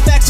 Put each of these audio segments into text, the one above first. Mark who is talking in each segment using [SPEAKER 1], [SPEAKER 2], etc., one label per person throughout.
[SPEAKER 1] facts.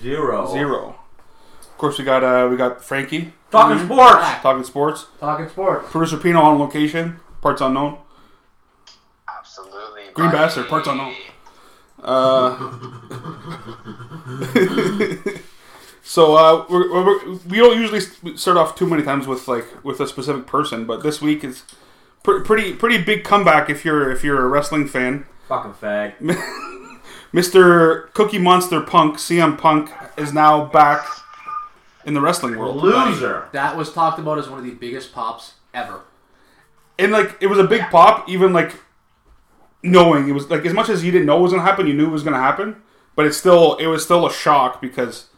[SPEAKER 2] zero.
[SPEAKER 3] Zero. Of course, we got uh, we got Frankie
[SPEAKER 2] Talking sports.
[SPEAKER 3] talking sports.
[SPEAKER 2] Talking sports.
[SPEAKER 3] Producer Pino on location. Parts unknown.
[SPEAKER 4] Absolutely.
[SPEAKER 3] Green
[SPEAKER 4] buddy.
[SPEAKER 3] bastard. Parts unknown. So uh, we're, we're, we don't usually start off too many times with like with a specific person, but this week is pr- pretty pretty big comeback if you're if you're a wrestling fan.
[SPEAKER 2] Fucking fag.
[SPEAKER 3] Mr. Cookie Monster Punk CM Punk is now back in the wrestling world.
[SPEAKER 2] Loser.
[SPEAKER 5] That was talked about as one of the biggest pops ever.
[SPEAKER 3] and like it was a big pop even like knowing it was like as much as you didn't know it was gonna happen you knew it was gonna happen but it's still it was still a shock because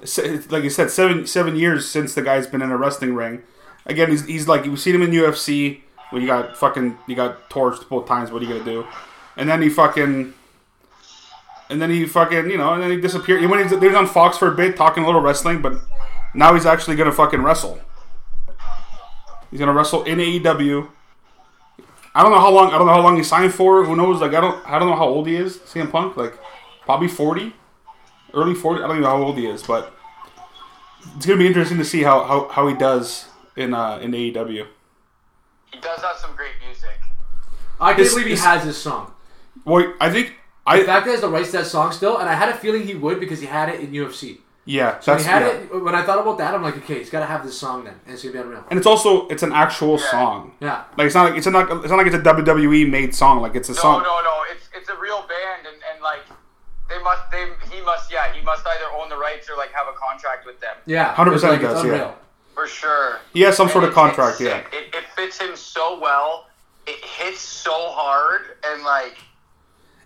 [SPEAKER 3] it's- it's- like you said seven seven years since the guy's been in a wrestling ring again he's, he's like you've seen him in ufc when you got fucking you got torched both times what are you gonna do and then he fucking and then he fucking you know and then he disappeared he went into, he was on fox for a bit talking a little wrestling but now he's actually gonna fucking wrestle he's gonna wrestle in E aew I don't know how long. I don't know how long he signed for. Who knows? Like I don't. I don't know how old he is. CM Punk, like probably forty, early forty. I don't even know how old he is, but it's gonna be interesting to see how how, how he does in uh, in AEW.
[SPEAKER 4] He does have some great music.
[SPEAKER 5] I can't
[SPEAKER 3] It's-
[SPEAKER 5] believe he
[SPEAKER 3] it's-
[SPEAKER 5] has this song.
[SPEAKER 3] Well, I think
[SPEAKER 5] The
[SPEAKER 3] I
[SPEAKER 5] fact that he has the rights to that song still, and I had a feeling he would because he had it in UFC.
[SPEAKER 3] yeah.
[SPEAKER 5] When
[SPEAKER 3] That's
[SPEAKER 5] he had
[SPEAKER 3] yeah.
[SPEAKER 5] it when I thought about that, I'm like, okay, he's got to have this song then, and it's gonna be unreal.
[SPEAKER 3] and it's also it's an actual song.
[SPEAKER 5] Yeah,
[SPEAKER 3] Like it's not like it's not it's not like it's a WWE made song. Like it's a
[SPEAKER 4] No,
[SPEAKER 3] song.
[SPEAKER 4] no, no. It's it's a real band, and, and like they must they he must yeah he must either own the rights or like have a contract with them
[SPEAKER 5] yeah,
[SPEAKER 3] 100%
[SPEAKER 5] It's
[SPEAKER 3] he does,
[SPEAKER 5] it's
[SPEAKER 3] yeah.
[SPEAKER 5] unreal.
[SPEAKER 4] for sure.
[SPEAKER 3] He has some
[SPEAKER 4] And
[SPEAKER 3] sort of
[SPEAKER 4] it- it's
[SPEAKER 3] contract. Yeah.
[SPEAKER 4] sick. It, it fits him so well. It hits so hard, and like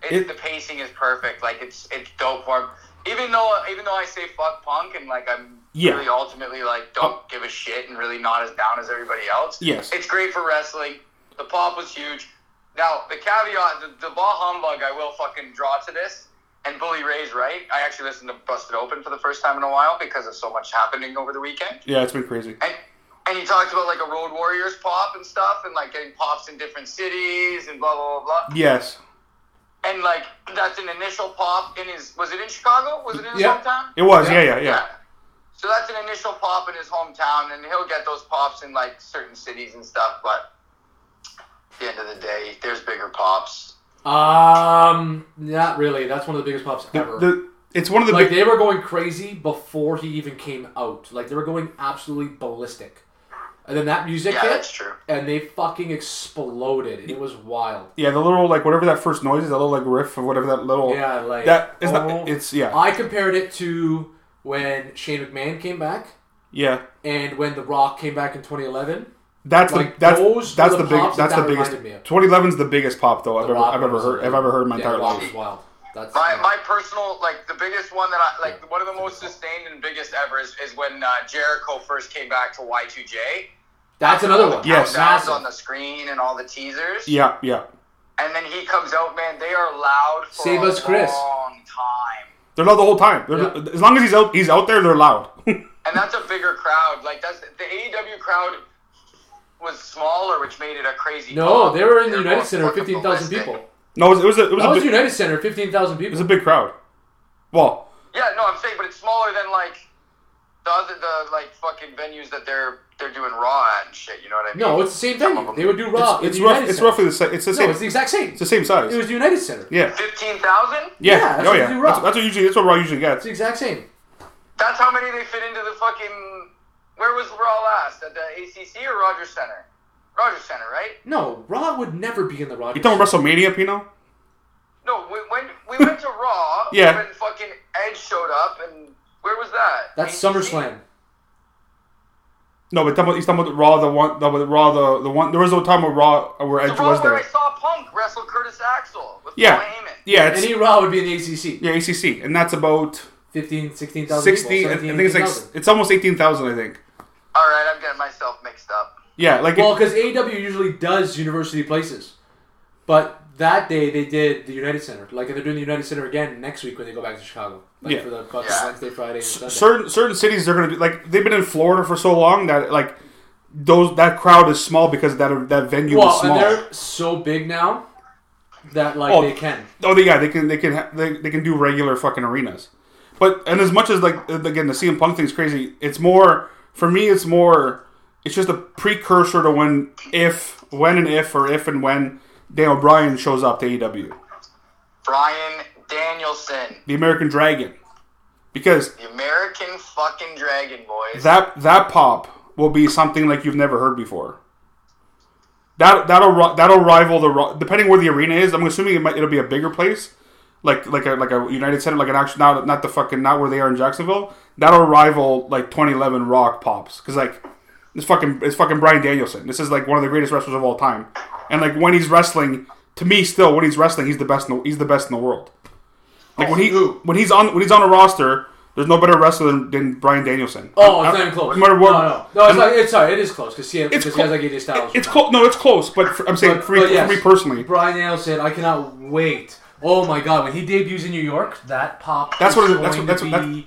[SPEAKER 4] it,
[SPEAKER 3] It-
[SPEAKER 4] the pacing is perfect. Like it's it's dope for him. Even though even though I say fuck punk and like I'm
[SPEAKER 3] Yeah. Oh.
[SPEAKER 4] really ultimately like don't give a shit and really not as down as everybody else.
[SPEAKER 3] Yes.
[SPEAKER 4] it's great for wrestling. The pop was huge. Now the caveat, the, the bah humbug, I will fucking draw to this. And Bully Ray's right. I actually listened to Busted Open for the first time in a while because of so much happening over the weekend
[SPEAKER 3] Yeah. It's been crazy.
[SPEAKER 4] and and he talks about like a Road Warriors pop and stuff, and like getting pops in different cities and blah blah blah. blah.
[SPEAKER 3] Yes.
[SPEAKER 4] And like that's an initial pop in his was it in Chicago? Was it in his
[SPEAKER 5] Yeah.
[SPEAKER 4] hometown?
[SPEAKER 3] It was. Yeah. Yeah. Yeah.
[SPEAKER 4] So that's an initial pop in his hometown, and he'll get those pops in like certain cities and stuff. But at the end of the day, there's bigger pops.
[SPEAKER 5] Um, not really. That's one of the biggest pops ever.
[SPEAKER 3] The, it's one of the
[SPEAKER 5] like
[SPEAKER 3] big,
[SPEAKER 5] they were going crazy before he even came out. Like they were going absolutely ballistic, and then that music
[SPEAKER 4] Yeah,
[SPEAKER 5] hit,
[SPEAKER 4] that's true.
[SPEAKER 5] and they fucking exploded. It was wild.
[SPEAKER 3] yeah the little like whatever that first noise is that little like riff or whatever that little
[SPEAKER 5] Yeah, like
[SPEAKER 3] That is
[SPEAKER 5] oh.
[SPEAKER 3] not. It's yeah,
[SPEAKER 5] I compared it to when Shane McMahon came back
[SPEAKER 3] yeah.
[SPEAKER 5] and when The Rock came back in 2011.
[SPEAKER 3] That's
[SPEAKER 5] Like,
[SPEAKER 3] the that's
[SPEAKER 5] those
[SPEAKER 3] that's
[SPEAKER 5] were
[SPEAKER 3] the
[SPEAKER 5] the
[SPEAKER 3] big
[SPEAKER 5] pops that
[SPEAKER 3] that's the
[SPEAKER 5] that
[SPEAKER 3] biggest.
[SPEAKER 5] reminded me of.
[SPEAKER 3] 2011's the biggest pop though I've
[SPEAKER 5] The
[SPEAKER 3] ever
[SPEAKER 5] Rock
[SPEAKER 3] I've ever
[SPEAKER 5] was
[SPEAKER 3] heard I've
[SPEAKER 5] really-
[SPEAKER 3] ever heard in my
[SPEAKER 5] yeah,
[SPEAKER 3] entire
[SPEAKER 5] The Rock
[SPEAKER 3] life.
[SPEAKER 5] was wild. That's
[SPEAKER 4] My, my personal like the biggest one that I like one of the most sustained and biggest ever is, is when uh, Jericho first came back to Y2J.
[SPEAKER 5] that's another one.
[SPEAKER 3] Yes.
[SPEAKER 4] sounds
[SPEAKER 5] Massive.
[SPEAKER 4] on the screen and all the teasers.
[SPEAKER 3] Yeah, yeah.
[SPEAKER 4] And then he comes out, man. They are loud for
[SPEAKER 5] Save
[SPEAKER 4] a
[SPEAKER 5] us, Chris.
[SPEAKER 4] long time.
[SPEAKER 3] They're loud the whole time. They're- As long as he's out he's out there, they're loud.
[SPEAKER 4] And that's a bigger crowd. Like that's the AEW crowd was smaller, which made it a crazy.
[SPEAKER 5] No,
[SPEAKER 4] pop.
[SPEAKER 5] they were in
[SPEAKER 4] They're
[SPEAKER 5] the United
[SPEAKER 4] going
[SPEAKER 5] Center,
[SPEAKER 4] fucking
[SPEAKER 5] 15,000
[SPEAKER 4] ballistic.
[SPEAKER 5] people.
[SPEAKER 3] no, it was, it was a it was,
[SPEAKER 5] That
[SPEAKER 3] a
[SPEAKER 5] was
[SPEAKER 3] big, it
[SPEAKER 5] United Center, 15,000 people.
[SPEAKER 3] was a big crowd. Well,
[SPEAKER 4] Yeah, no, I'm saying, but it's smaller than like the other the like fucking venues that they're they're doing Raw at and shit. You know what I mean?
[SPEAKER 5] no, it's the same thing. They would do Raw. in
[SPEAKER 3] it's
[SPEAKER 5] the
[SPEAKER 3] rough,
[SPEAKER 5] United
[SPEAKER 3] it's
[SPEAKER 5] Center.
[SPEAKER 3] roughly the same. It's the
[SPEAKER 5] No,
[SPEAKER 3] same.
[SPEAKER 5] it's the exact same.
[SPEAKER 3] it's the same size.
[SPEAKER 5] It was the United Center.
[SPEAKER 3] yeah,
[SPEAKER 4] fifteen thousand.
[SPEAKER 3] yeah.
[SPEAKER 5] Yeah, that's
[SPEAKER 3] oh
[SPEAKER 5] what
[SPEAKER 3] yeah.
[SPEAKER 5] they do
[SPEAKER 3] That's,
[SPEAKER 5] rock.
[SPEAKER 3] that's what usually that's what Raw usually
[SPEAKER 5] It's
[SPEAKER 3] gets.
[SPEAKER 5] the exact same.
[SPEAKER 4] That's how many they fit into the fucking. Where was Raw last? At the ACC or Rogers Center? Rogers Center, right?
[SPEAKER 5] No, Raw would never be in the Rogers.
[SPEAKER 3] You talking WrestleMania, Pino?
[SPEAKER 4] No, we, when we went to Raw,
[SPEAKER 3] Yeah.
[SPEAKER 4] when fucking Edge showed up, and where was that?
[SPEAKER 5] That's
[SPEAKER 4] AEW?
[SPEAKER 5] SummerSlam.
[SPEAKER 3] No, but talking about, he's talking about the Raw, the one, the, the Raw, the, the one. There was no time where Raw, where
[SPEAKER 4] The
[SPEAKER 3] Edge
[SPEAKER 4] Raw
[SPEAKER 3] was
[SPEAKER 4] where
[SPEAKER 3] there.
[SPEAKER 4] I saw Punk wrestle Curtis Axel with
[SPEAKER 3] Yeah,
[SPEAKER 4] Paul Heyman.
[SPEAKER 3] yeah, it's,
[SPEAKER 5] Any Raw would be in the ACC.
[SPEAKER 3] yeah, ACC, and that's about
[SPEAKER 5] 15, 16,000 people.
[SPEAKER 3] sixty. I
[SPEAKER 5] 17,000,
[SPEAKER 3] think it's like it's almost eighteen thousand. I think.
[SPEAKER 4] All right, I'm getting myself mixed up.
[SPEAKER 3] Yeah, like
[SPEAKER 5] Well, because AEW usually does university places, but that day they did the United Center. Like they're doing the United Center again next week when they go back to Chicago. Like
[SPEAKER 3] Yeah.
[SPEAKER 5] for the fucking
[SPEAKER 4] Yeah.
[SPEAKER 5] Wednesday, Friday, and Sunday.
[SPEAKER 3] certain certain cities they're gonna be like they've been in Florida for so long that like those that crowd is small because that that venue
[SPEAKER 5] well,
[SPEAKER 3] is small.
[SPEAKER 5] and they're so big now that like
[SPEAKER 3] Oh.
[SPEAKER 5] they can.
[SPEAKER 3] Oh, they, yeah, they can they can ha- they, they can do regular fucking arenas. But and as much as like again the CM Punk thing is crazy, it's more for me. It's more. It's just a precursor to when if when and if or if and when Daniel Bryan shows up to E AEW,
[SPEAKER 4] Brian Danielson,
[SPEAKER 3] the American Dragon, because
[SPEAKER 4] the American fucking Dragon, boys.
[SPEAKER 3] that that pop will be something like you've never heard before. That that'll ri- that'll rival the ri- depending where the arena is. I'm assuming it might, it'll be a bigger place, like like a like a United Center, like an actual not not the fucking not where they are in Jacksonville. That'll rival like 2011 Rock pops because like this fucking it's fucking Brian Danielson. This is like one of the greatest wrestlers of all time, and like when he's wrestling, to me still when he's wrestling, he's the best. In the, he's the best in the world. Like when he when he's on when he's on a roster, there's no better wrestler than, than Brian Danielson.
[SPEAKER 5] Oh,
[SPEAKER 3] I-
[SPEAKER 5] it's not even close.
[SPEAKER 3] No matter what,
[SPEAKER 5] no, no, no. It's,
[SPEAKER 3] I'm-
[SPEAKER 5] like, it's sorry, it is close because he,
[SPEAKER 3] it's
[SPEAKER 5] because he
[SPEAKER 3] clo-
[SPEAKER 5] has like AJ Styles.
[SPEAKER 3] It's close. No, it's close. But for, I'm saying
[SPEAKER 5] But-
[SPEAKER 3] for, me-
[SPEAKER 5] but yes.
[SPEAKER 3] for me personally,
[SPEAKER 5] Brian Danielson, I cannot wait. Oh my god, when he debuts in New York, that pop
[SPEAKER 3] That's
[SPEAKER 5] that's
[SPEAKER 3] what
[SPEAKER 5] what
[SPEAKER 3] it-
[SPEAKER 5] is
[SPEAKER 3] that's
[SPEAKER 5] going
[SPEAKER 3] what-
[SPEAKER 5] to
[SPEAKER 3] that's what-
[SPEAKER 5] be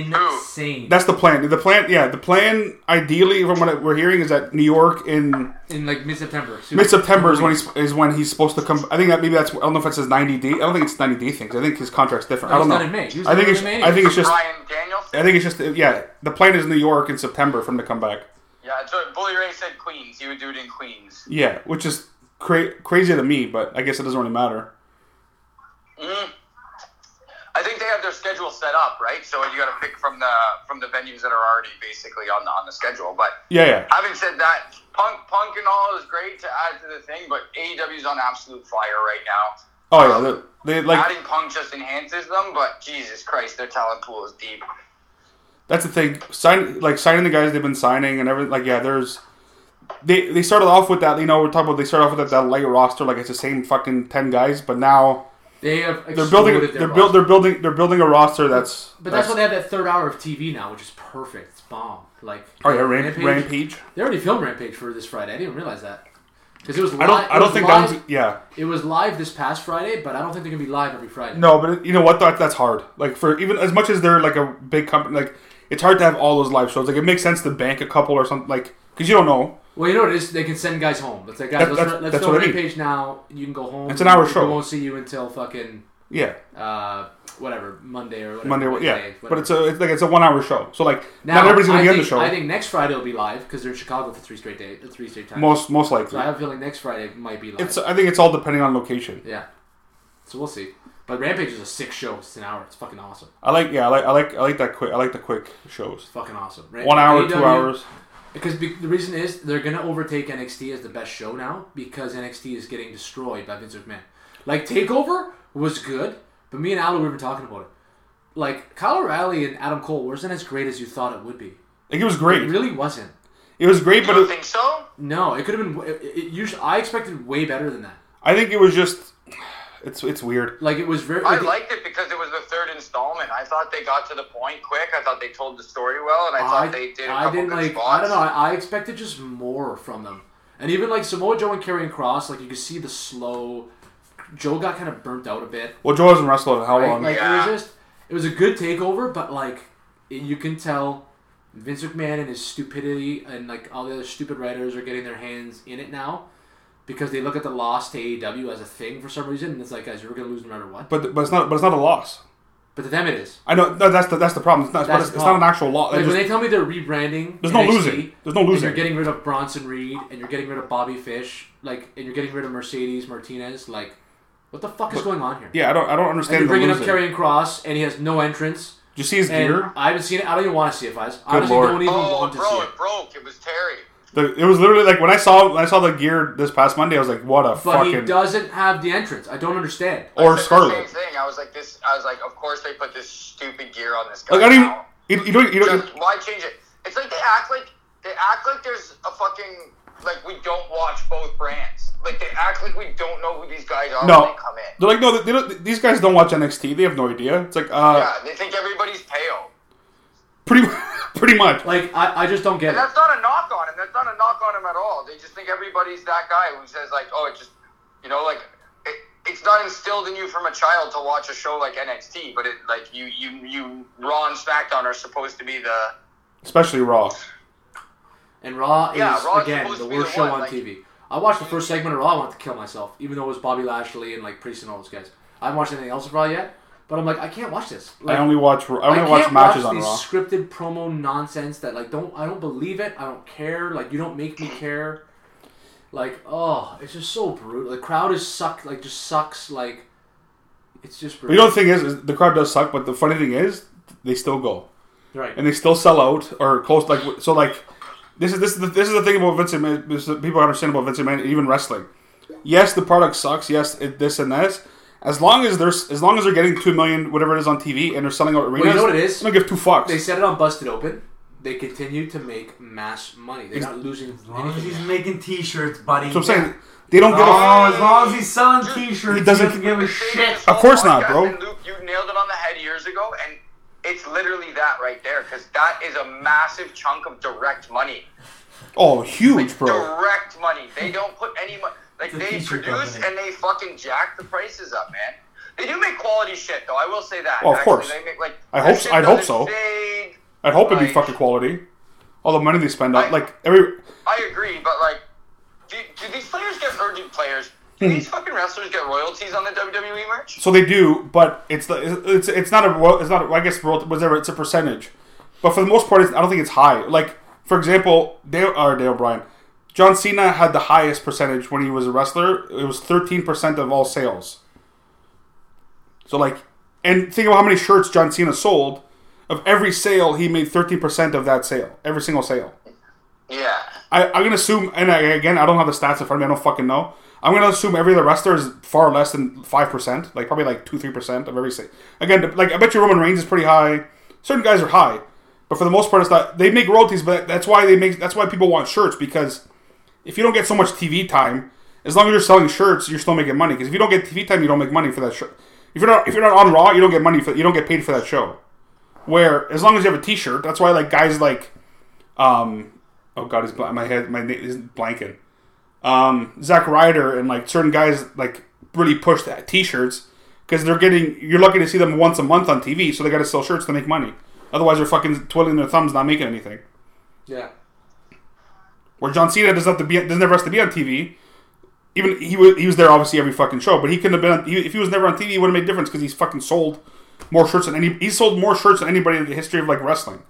[SPEAKER 5] insane.
[SPEAKER 3] that's the plan. The plan, yeah, the plan. Ideally, from what we're hearing, is that New York in
[SPEAKER 5] in like mid-September. so-
[SPEAKER 3] mid September is when he's is when he's supposed to come. I think that maybe that's. I don't know if it says 90 D. I don't think it's 90 D things. I think his contract's different. I
[SPEAKER 5] No,
[SPEAKER 3] don't
[SPEAKER 5] it's
[SPEAKER 3] know.
[SPEAKER 5] not in May. He was
[SPEAKER 3] I think
[SPEAKER 5] there
[SPEAKER 3] it's.
[SPEAKER 5] in May.
[SPEAKER 3] I think it's just.
[SPEAKER 4] Brian
[SPEAKER 3] I
[SPEAKER 4] Danielson.
[SPEAKER 3] think it's just. Yeah, the plan is New York in September for him to come back.
[SPEAKER 4] Yeah, that's what Bully Ray said Queens. He would do it in Queens.
[SPEAKER 3] Yeah, which is cra- crazy to me, but I guess it doesn't really matter.
[SPEAKER 4] I think they have their schedule set up, right? So you got to pick from the from the venues that are already basically on the on the schedule. But
[SPEAKER 3] Yeah, yeah.
[SPEAKER 4] having said that, Punk Punk and all is great to add to the thing, but AEW's on absolute fire right now.
[SPEAKER 3] Oh yeah, they, they like
[SPEAKER 4] Adding Punk just enhances them, but Jesus Christ, their talent pool is deep.
[SPEAKER 3] that's the thing. Sign like signing the guys they've been signing and everything. Like yeah, there's they they started off with that. You know, we're talking about they started off with that, that light roster. Like it's the same fucking ten guys, but now
[SPEAKER 5] they have
[SPEAKER 3] they're building.
[SPEAKER 5] exploded
[SPEAKER 3] They're
[SPEAKER 5] their
[SPEAKER 3] build.
[SPEAKER 5] roster.
[SPEAKER 3] They're building. They're building a roster that's.
[SPEAKER 5] But that's why they have that third hour of TV now, which is perfect. It's bomb. Like
[SPEAKER 3] Oh yeah, Ramp, Rampage.
[SPEAKER 5] They already filmed Rampage for this Friday. I didn't realize that because it was. Li-
[SPEAKER 3] I don't. I don't think that
[SPEAKER 5] live,
[SPEAKER 3] one's. Yeah.
[SPEAKER 5] it was live this past Friday, but I don't think they're gonna be live every Friday.
[SPEAKER 3] No, but it- you know what? That, that's hard. Like for even as much as they're like a big company, like it's hard to have all those live shows. Like it makes sense to bank a couple or something, like because you don't know.
[SPEAKER 5] Well, you know what it is? They can send guys home. Let's say, guys,
[SPEAKER 3] That-
[SPEAKER 5] let's,
[SPEAKER 3] that's-
[SPEAKER 5] let's
[SPEAKER 3] that's
[SPEAKER 5] film
[SPEAKER 3] what I mean.
[SPEAKER 5] Rampage now. You can go home.
[SPEAKER 3] It's an hour show.
[SPEAKER 5] We won't see you until fucking
[SPEAKER 3] Yeah.
[SPEAKER 5] uh, whatever Monday or whatever.
[SPEAKER 3] Monday, yeah,
[SPEAKER 5] Wednesday,
[SPEAKER 3] but
[SPEAKER 5] whatever.
[SPEAKER 3] it's a it's like it's a one hour show, so like
[SPEAKER 5] Now,
[SPEAKER 3] not everybody's gonna
[SPEAKER 5] I
[SPEAKER 3] be
[SPEAKER 5] think,
[SPEAKER 3] on the show.
[SPEAKER 5] I think next Friday will be live because they're in Chicago for three straight days, three straight times.
[SPEAKER 3] most most likely,
[SPEAKER 5] so I have a feeling next Friday might be live.
[SPEAKER 3] It's I think it's all depending on location.
[SPEAKER 5] yeah, so we'll see. But Rampage is a sick show. It's an hour. It's fucking awesome.
[SPEAKER 3] I like yeah, I like I like I like that quick. I like the quick shows.
[SPEAKER 5] Fucking awesome. Right?
[SPEAKER 3] One hour, two
[SPEAKER 5] AEW
[SPEAKER 3] hours.
[SPEAKER 5] Because be- the reason is they're gonna overtake NXT as the best show now because NXT is getting destroyed by Vince McMahon. Like Takeover was good, but me and Al we were talking about it. Like Kyle O'Reilly and Adam Cole wasn't as great as you thought it would be.
[SPEAKER 3] Like it was great.
[SPEAKER 5] It really wasn't.
[SPEAKER 3] It was great,
[SPEAKER 4] You
[SPEAKER 3] but
[SPEAKER 4] don't
[SPEAKER 3] it,
[SPEAKER 4] think so?
[SPEAKER 5] No, it could have been. w- It, it, usually, I expected way better than that.
[SPEAKER 3] I think it was just it's it's weird.
[SPEAKER 5] Like it was very.
[SPEAKER 4] I
[SPEAKER 5] it-
[SPEAKER 4] liked it because it was the third installment. I thought they got to the point quick. I thought they told the story well, and I thought they did a
[SPEAKER 5] I
[SPEAKER 4] couple
[SPEAKER 5] didn't
[SPEAKER 4] good
[SPEAKER 5] like. I
[SPEAKER 4] spots.
[SPEAKER 5] don't know. I, I expected just more from them, and even like Samoa Joe and Karrion Cross, like you could see the slow. Joe got kind of burnt out a bit.
[SPEAKER 3] Well, Joe hasn't wrestled in how
[SPEAKER 5] Right?
[SPEAKER 3] long?
[SPEAKER 5] Like
[SPEAKER 4] Yeah.
[SPEAKER 5] it was just, it was a good takeover, but like it- you can tell Vince McMahon and his stupidity and like all the other stupid writers are getting their hands in it now because they look at the loss to AEW as a thing for some reason, and it's like, guys, you're gonna lose no matter what. But,
[SPEAKER 3] but but it's not but it's not a loss.
[SPEAKER 5] to them, it is.
[SPEAKER 3] I know no, that's the that's the problem. It's not,
[SPEAKER 5] That's
[SPEAKER 3] it's,
[SPEAKER 5] the
[SPEAKER 3] it's not an
[SPEAKER 5] problem.
[SPEAKER 3] actual loss.
[SPEAKER 5] Like
[SPEAKER 3] It
[SPEAKER 5] when
[SPEAKER 3] just-
[SPEAKER 5] they tell me they're rebranding,
[SPEAKER 3] There's no
[SPEAKER 5] NXT,
[SPEAKER 3] losing. There's no
[SPEAKER 5] and
[SPEAKER 3] losing.
[SPEAKER 5] You're getting rid of Bronson Reed, and you're getting rid of Bobby Fish, like, and you're getting rid of Mercedes Martinez. Like, what the fuck is going on here?
[SPEAKER 3] yeah, I don't I don't
[SPEAKER 5] and
[SPEAKER 3] understand.
[SPEAKER 5] you're
[SPEAKER 3] The
[SPEAKER 5] bringing up
[SPEAKER 3] losing.
[SPEAKER 5] Karrion Cross, and he has no entrance.
[SPEAKER 3] Did you see his
[SPEAKER 5] And
[SPEAKER 3] gear?
[SPEAKER 5] I haven't seen it. I don't even want to see it, Fiz. I honestly
[SPEAKER 3] Lord.
[SPEAKER 5] don't even
[SPEAKER 4] oh,
[SPEAKER 5] want to
[SPEAKER 4] bro,
[SPEAKER 5] see
[SPEAKER 4] it
[SPEAKER 5] it.
[SPEAKER 4] broke. It was Terry.
[SPEAKER 3] The, it was literally like when I saw when I saw the gear this past Monday, I was like, "What a
[SPEAKER 5] But he
[SPEAKER 3] fucking!"
[SPEAKER 5] doesn't have the entrance. I don't understand.
[SPEAKER 3] Or
[SPEAKER 4] It's the Same
[SPEAKER 3] Scarlet.
[SPEAKER 4] thing. I was like this. I was like, of course they put this stupid gear on this guy.
[SPEAKER 3] Like I don't even.
[SPEAKER 4] now.
[SPEAKER 3] You, you don't. You don't.
[SPEAKER 4] Just why change it? It's like they act like they act like there's a fucking like we don't watch both brands. Like they act like we don't know who these guys are when
[SPEAKER 3] No.
[SPEAKER 4] they come in.
[SPEAKER 3] They're like, no, they don't, these guys don't watch NXT. They have no idea. It's like, uh,
[SPEAKER 4] Yeah, they think everybody's pale.
[SPEAKER 3] pretty, pretty much.
[SPEAKER 5] Like I, I just don't get
[SPEAKER 4] And
[SPEAKER 5] it.
[SPEAKER 4] that's not a knock on him. That's not a knock on him at all. They just think everybody's that guy who says like, oh, it just, you know, like it, it's not instilled in you from a child to watch a show like NXT, but it like you you you Raw and SmackDown are supposed to be the
[SPEAKER 3] Especially Raw.
[SPEAKER 5] And Raw
[SPEAKER 4] Yeah,
[SPEAKER 5] is
[SPEAKER 4] Raw is
[SPEAKER 5] again
[SPEAKER 4] supposed
[SPEAKER 5] the
[SPEAKER 4] to be
[SPEAKER 5] worst
[SPEAKER 4] the
[SPEAKER 5] show
[SPEAKER 4] one,
[SPEAKER 5] on
[SPEAKER 4] like-
[SPEAKER 5] TV. I watched the first segment of Raw. I wanted to kill myself, even though it was Bobby Lashley and like Priest and all those guys. I haven't watched anything else of Raw yet, but I'm like, I can't watch this.
[SPEAKER 3] I
[SPEAKER 5] Like,
[SPEAKER 3] only watch. I
[SPEAKER 5] I
[SPEAKER 3] only
[SPEAKER 5] can't
[SPEAKER 3] watch matches on
[SPEAKER 5] these
[SPEAKER 3] Raw.
[SPEAKER 5] scripted promo nonsense that like don't I don't believe it. I don't care. Like you don't make me care. Like oh, it's just so brutal. The crowd is suck. Like just sucks. Like it's just
[SPEAKER 3] But you know
[SPEAKER 5] brutal.
[SPEAKER 3] the thing is, is the crowd does suck. But the funny thing is, they still go
[SPEAKER 5] right.
[SPEAKER 3] and they still sell out or close. Like so, like this is this is the, this is the thing about Vince McMahon. This is, people understand about Vince McMahon, even wrestling. Yes, the product sucks. Yes, it, this and this. As long as there's, as long as they're getting two million, whatever it is on TV, and they're selling out arenas,
[SPEAKER 5] you know what it is?
[SPEAKER 3] I don't give two fucks.
[SPEAKER 5] They said it on Busted Open. They continue to make mass money. They're not losing
[SPEAKER 2] As long as
[SPEAKER 5] anything.
[SPEAKER 2] he's making T-shirts, buddy.
[SPEAKER 3] so I'm saying they don't give a.
[SPEAKER 5] Ah.
[SPEAKER 2] Oh, as long as he's selling T-shirts,
[SPEAKER 3] He
[SPEAKER 2] he
[SPEAKER 3] doesn't-
[SPEAKER 2] doesn't, give a shit.
[SPEAKER 4] This
[SPEAKER 3] Of
[SPEAKER 4] whole
[SPEAKER 3] course not,
[SPEAKER 4] podcast,
[SPEAKER 3] bro.
[SPEAKER 4] and Luke, you nailed it on the head years ago, and it's literally that right there because that is a massive chunk of direct money.
[SPEAKER 3] Oh, huge, bro.
[SPEAKER 4] Direct money. They don't put any money.
[SPEAKER 2] It's
[SPEAKER 4] Like
[SPEAKER 2] a
[SPEAKER 4] they
[SPEAKER 2] t-shirt
[SPEAKER 4] produce
[SPEAKER 2] company.
[SPEAKER 4] and they fucking jack the prices up, man. They do make quality shit, though. I will say that.
[SPEAKER 3] Oh, of
[SPEAKER 4] Actually,
[SPEAKER 3] course.
[SPEAKER 4] They make, like,
[SPEAKER 3] I
[SPEAKER 4] their
[SPEAKER 3] hope-
[SPEAKER 4] shit
[SPEAKER 3] I'd hope so.
[SPEAKER 4] doesn't fade.
[SPEAKER 3] I'd hope it'd be
[SPEAKER 4] Like-
[SPEAKER 3] fucking quality. All the money they spend on,
[SPEAKER 4] I-
[SPEAKER 3] like every.
[SPEAKER 4] I agree, but like, do, do these players get or do players? Do
[SPEAKER 3] Hmm.
[SPEAKER 4] these fucking wrestlers get royalties on the WWE merch?
[SPEAKER 3] So they do, but it's the it's it's not a ro- it's not a, I guess ro- whatever it's a percentage, but for the most part, it's, I don't think it's high. Like for example, Dale or Dale Bryan, John Cena had the highest percentage when he was a wrestler. It was thirteen percent of all sales. So like, and think about how many shirts John Cena sold. Of every sale, he made thirteen percent of that sale. Every single sale.
[SPEAKER 4] Yeah.
[SPEAKER 3] I, I'm gonna assume, and I, again, I don't have the stats in front of me. I don't fucking know. I'm gonna assume every other wrestler is far less than five percent, like probably like two, three percent of every. Say. Again, like I bet you Roman Reigns is pretty high. Certain guys are high, but for the most part, it's not. They make royalties, but that's why they make. That's why people want shirts because if you don't get so much TV time, as long as you're selling shirts, you're still making money. Because if you don't get TV time, you don't make money for that shirt. If you're not if you're not on Raw, you don't get money for you don't get paid for that show. Where as long as you have a T-shirt, that's why like guys like, um, oh god, he's bl- my head my name is blanking. Um, Zack Ryder and like certain guys like really push that T-shirts because they're getting you're lucky to see them once a month on TV, so they got to sell shirts to make money. Otherwise, they're fucking twiddling their thumbs, not making anything.
[SPEAKER 5] Yeah.
[SPEAKER 3] Where John Cena doesn't have to be doesn't never has to be on TV. Even he was he was there obviously every fucking show, but he couldn't have been on, he, if he was never on TV, it wouldn't make a difference because he's fucking sold more shirts than any he's sold more shirts than anybody in the history of like wrestling.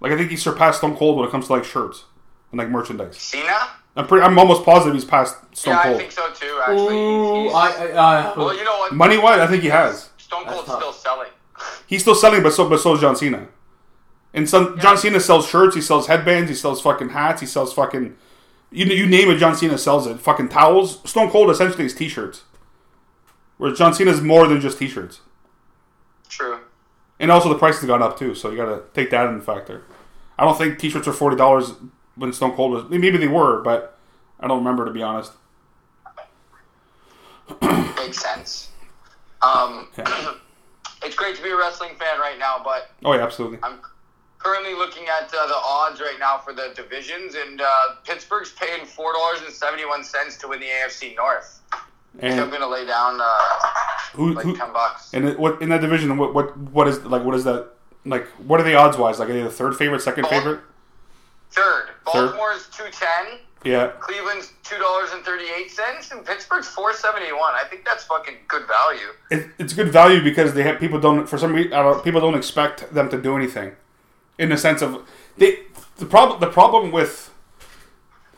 [SPEAKER 3] Like I think he surpassed Stone Cold when it comes to like shirts and like merchandise.
[SPEAKER 4] Cena?
[SPEAKER 3] I'm pretty I'm almost positive he's passed Stone
[SPEAKER 4] Yeah, I
[SPEAKER 3] Cold.
[SPEAKER 4] think so too. Actually,
[SPEAKER 5] Ooh,
[SPEAKER 4] He's-
[SPEAKER 5] I, uh, I, I,
[SPEAKER 4] well, you know what?
[SPEAKER 3] Money wise, I think he has.
[SPEAKER 4] Stone Cold's
[SPEAKER 5] tough.
[SPEAKER 4] still selling.
[SPEAKER 3] He's still selling, but so but so is John Cena. And some John Cena sells shirts, he sells headbands, he sells fucking hats, he sells fucking you you name it. John Cena sells it. Fucking towels. Stone Cold essentially is t-shirts. Whereas John Cena's more than just t-shirts,
[SPEAKER 4] True.
[SPEAKER 3] and also the price has gone up too. So you gotta take that in factor. I don't think t-shirts are forty dollars when Stone Cold was. Maybe they were, but I don't remember to be honest.
[SPEAKER 4] Makes sense. Um, it's great to be a wrestling fan right now, but
[SPEAKER 3] Oh yeah, absolutely.
[SPEAKER 4] I'm currently looking at uh, the odds right now for the divisions, and uh, Pittsburgh's paying four dollars and seventy-one cents to win the AFC North. So I'm
[SPEAKER 3] And
[SPEAKER 4] gonna lay down uh,
[SPEAKER 3] who,
[SPEAKER 4] like
[SPEAKER 3] who
[SPEAKER 4] ten bucks.
[SPEAKER 3] and it- what in that division? What what what is like? What is that? Like what are the odds wise? Like are they the third favorite, second favorite?
[SPEAKER 4] Third, Baltimore's two ten.
[SPEAKER 3] Yeah.
[SPEAKER 4] Cleveland's two dollars and thirty-eight cents, and Pittsburgh's four seventy-one. I think that's fucking good value.
[SPEAKER 3] it, it's good value because they have people don't for some reason I don't, people don't expect them to do anything in the sense of they the problem the problem with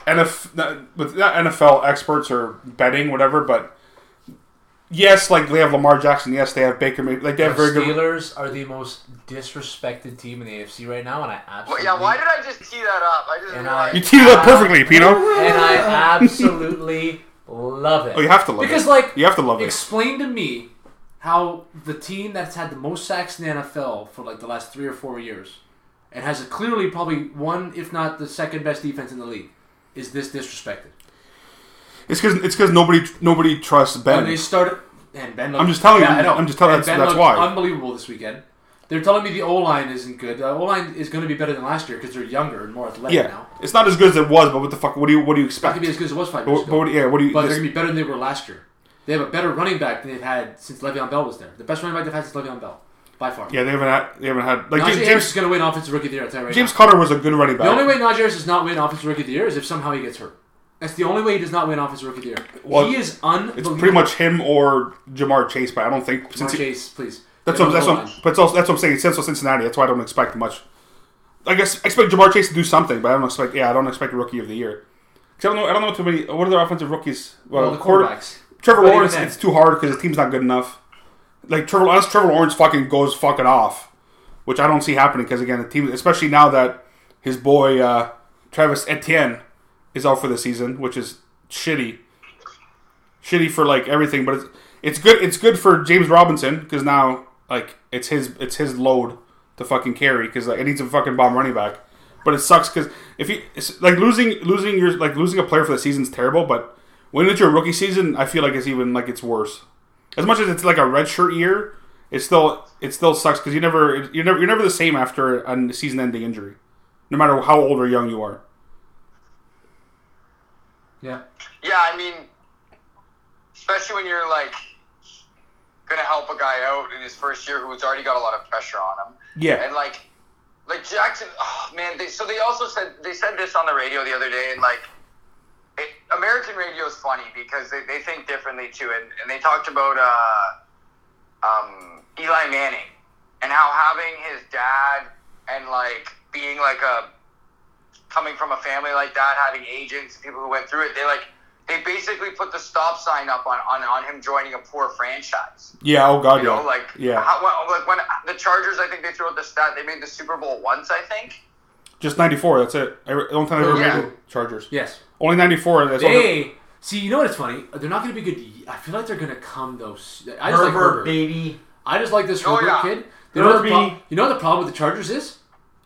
[SPEAKER 3] NF with not NFL experts or betting whatever but yes, like they have Lamar Jackson. Yes, they have Baker. Mayfield. Like they have
[SPEAKER 6] The
[SPEAKER 3] very good.
[SPEAKER 6] Steelers are the most disrespected team in the AFC right now, and I
[SPEAKER 4] Well,
[SPEAKER 6] absolutely
[SPEAKER 4] yeah, why did I just tee that up? I just
[SPEAKER 6] And
[SPEAKER 4] realized.
[SPEAKER 3] You teed it up perfectly,
[SPEAKER 5] Ah.
[SPEAKER 3] Pino.
[SPEAKER 6] and I absolutely love it.
[SPEAKER 3] Oh, you have to love
[SPEAKER 5] Because
[SPEAKER 3] it.
[SPEAKER 5] like
[SPEAKER 3] you have to love it.
[SPEAKER 5] explain to me how the team that's had the most sacks in the NFL for like the last three or four years and has a clearly probably one, if not the second best defense in the league, is this disrespected.
[SPEAKER 3] It's because it's because nobody nobody trusts
[SPEAKER 5] And they
[SPEAKER 3] Ben.
[SPEAKER 5] started. And Ben. Looked,
[SPEAKER 3] I'm just telling you,
[SPEAKER 5] Yeah, I know.
[SPEAKER 3] I'm just telling-
[SPEAKER 5] And
[SPEAKER 3] that's-
[SPEAKER 5] Ben
[SPEAKER 3] that's why.
[SPEAKER 5] looked Unbelievable this weekend. They're telling me the O line isn't good. The O line is going to be better than last year because they're younger and more athletic
[SPEAKER 3] Yeah,
[SPEAKER 5] now.
[SPEAKER 3] it's not as good as it was, but what the fuck? What do you what do you
[SPEAKER 5] Not
[SPEAKER 3] expect?
[SPEAKER 5] going to be as good as it was five years
[SPEAKER 3] But,
[SPEAKER 5] ago.
[SPEAKER 3] but what- yeah, what do you?
[SPEAKER 5] But
[SPEAKER 3] this-
[SPEAKER 5] they're gonna be better than they were last year. They have a better running back than they've had since Le'Veon Bell was there. The best running back they've had since Le'Veon Bell, by far.
[SPEAKER 3] yeah, they haven't had they haven't had like
[SPEAKER 5] Najee
[SPEAKER 3] James
[SPEAKER 5] Harris
[SPEAKER 3] James,
[SPEAKER 5] is gonna win offensive rookie of the year. I tell you right
[SPEAKER 3] James
[SPEAKER 5] now.
[SPEAKER 3] Conner was a good running back.
[SPEAKER 5] The only way Najee Harris does not win offensive rookie of the year is if somehow he gets hurt. That's the only way he does not win offensive rookie of the year.
[SPEAKER 3] Well,
[SPEAKER 5] he is
[SPEAKER 3] it's
[SPEAKER 5] unbelievable.
[SPEAKER 3] pretty much him or Jamar Chase, but I don't think
[SPEAKER 5] Jamar
[SPEAKER 3] since he,
[SPEAKER 5] Chase, please.
[SPEAKER 3] that's
[SPEAKER 5] Get
[SPEAKER 3] what,
[SPEAKER 5] on
[SPEAKER 3] that's
[SPEAKER 5] the
[SPEAKER 3] what,
[SPEAKER 5] line.
[SPEAKER 3] but it's also, that's what I'm saying. It's also Cincinnati. That's why I don't expect much. I guess I expect Jamar Chase to do something, but I don't expect. Yeah, I don't expect rookie of the year. 'Cause I don't know. I don't know too many. What are their offensive rookies?
[SPEAKER 5] Well, the quarterbacks.
[SPEAKER 3] Trevor
[SPEAKER 5] But even
[SPEAKER 3] Lawrence,
[SPEAKER 5] then-
[SPEAKER 3] it's too hard because his team's not good enough. Like Trevor, unless Trevor Lawrence fucking goes fucking off, which I don't see happening because again, the team, especially now that his boy uh, Travis Etienne is out for the season, which is shitty, shitty for like everything. But it's it's good. It's good for James Robinson because now like it's his it's his load to fucking carry because like it needs a fucking bomb running back. But it sucks because if you it's, like losing losing your like losing a player for the season's terrible, but when it's your rookie season, I feel like it's even like it's worse. As much as it's like a redshirt year, it still it still sucks because you never you're never you're never the same after a season-ending injury, no matter how old or young you are.
[SPEAKER 5] Yeah.
[SPEAKER 4] Yeah, I mean, especially when you're like gonna help a guy out in his first year who's already got a lot of pressure on him.
[SPEAKER 3] Yeah.
[SPEAKER 4] and like like Jackson, oh man. They, so they also said they said this on the radio the other day, and like it, American radio is funny because they, they think differently too, and, and they talked about uh, um, Eli Manning and how having his dad and like being like a coming from a family like that, having agents, people who went through it, they like they basically put the stop sign up on on, on him joining a poor franchise.
[SPEAKER 3] Yeah. Oh God.
[SPEAKER 4] You
[SPEAKER 3] yeah.
[SPEAKER 4] know, like
[SPEAKER 3] yeah.
[SPEAKER 4] how, well, like when the Chargers, I think they threw out the stat they made the Super Bowl once. I think.
[SPEAKER 3] Just 94. That's it. I, the only time I ever
[SPEAKER 4] Yeah.
[SPEAKER 3] made it. Chargers.
[SPEAKER 5] Yes.
[SPEAKER 3] Only 94. That's all the-
[SPEAKER 5] They see. You know what's funny? They're not gonna be good. ye- I feel like they're gonna come though. s- I just like
[SPEAKER 2] Herbert,
[SPEAKER 5] Herbert.
[SPEAKER 2] baby.
[SPEAKER 5] I just like this
[SPEAKER 4] Oh,
[SPEAKER 5] Herbert
[SPEAKER 4] yeah.
[SPEAKER 5] kid. You know, what
[SPEAKER 2] Herbie.
[SPEAKER 5] the pro- you know what the problem with the Chargers is?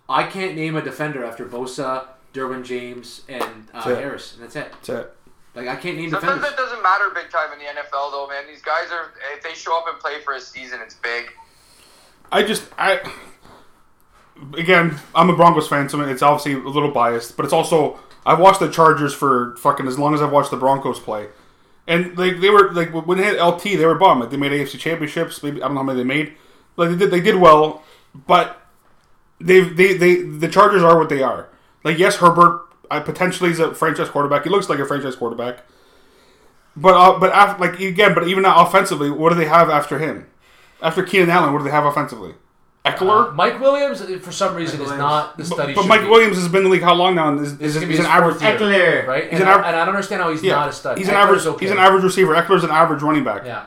[SPEAKER 5] I can't name a defender after Bosa, Derwin James, and uh,
[SPEAKER 3] it.
[SPEAKER 5] Harris. And that's it.
[SPEAKER 3] That's it.
[SPEAKER 5] Like I can't name
[SPEAKER 4] Sometimes
[SPEAKER 5] defenders.
[SPEAKER 4] that doesn't matter big time in the NFL, though, man. These guys are if they show up and play for a season, it's big.
[SPEAKER 3] I just I again I'm a Broncos fan, so it's obviously a little biased, but it's also I've watched the Chargers for fucking as long as I've watched the Broncos play, and like they were like when they had LT, they were bum. Like, they made AFC championships. Maybe I don't know how many they made. Like they did, they did well, but they they they the Chargers are what they are. Like yes, Herbert I potentially is a franchise quarterback. He looks like a franchise quarterback. But uh, but af like again, but even now offensively, what do they have after him? After Keenan Allen, what do they have offensively? Eckler.
[SPEAKER 6] Mike Williams, uh, for some reason, is
[SPEAKER 2] Williams.
[SPEAKER 6] not the study.
[SPEAKER 3] but
[SPEAKER 6] should
[SPEAKER 3] Mike
[SPEAKER 6] be,
[SPEAKER 3] Williams has been in the league how long now? And is, is,
[SPEAKER 6] gonna be
[SPEAKER 3] he's
[SPEAKER 6] his
[SPEAKER 3] an average.
[SPEAKER 2] Eckler.
[SPEAKER 6] right?
[SPEAKER 3] He's
[SPEAKER 6] and,
[SPEAKER 3] an
[SPEAKER 6] I,
[SPEAKER 3] aver-
[SPEAKER 6] and I don't understand how he's
[SPEAKER 3] Yeah,
[SPEAKER 6] not a stud.
[SPEAKER 3] he's an
[SPEAKER 6] Eckler's
[SPEAKER 3] average.
[SPEAKER 6] Okay.
[SPEAKER 3] He's an average receiver. Eckler's an average running back.
[SPEAKER 6] Yeah.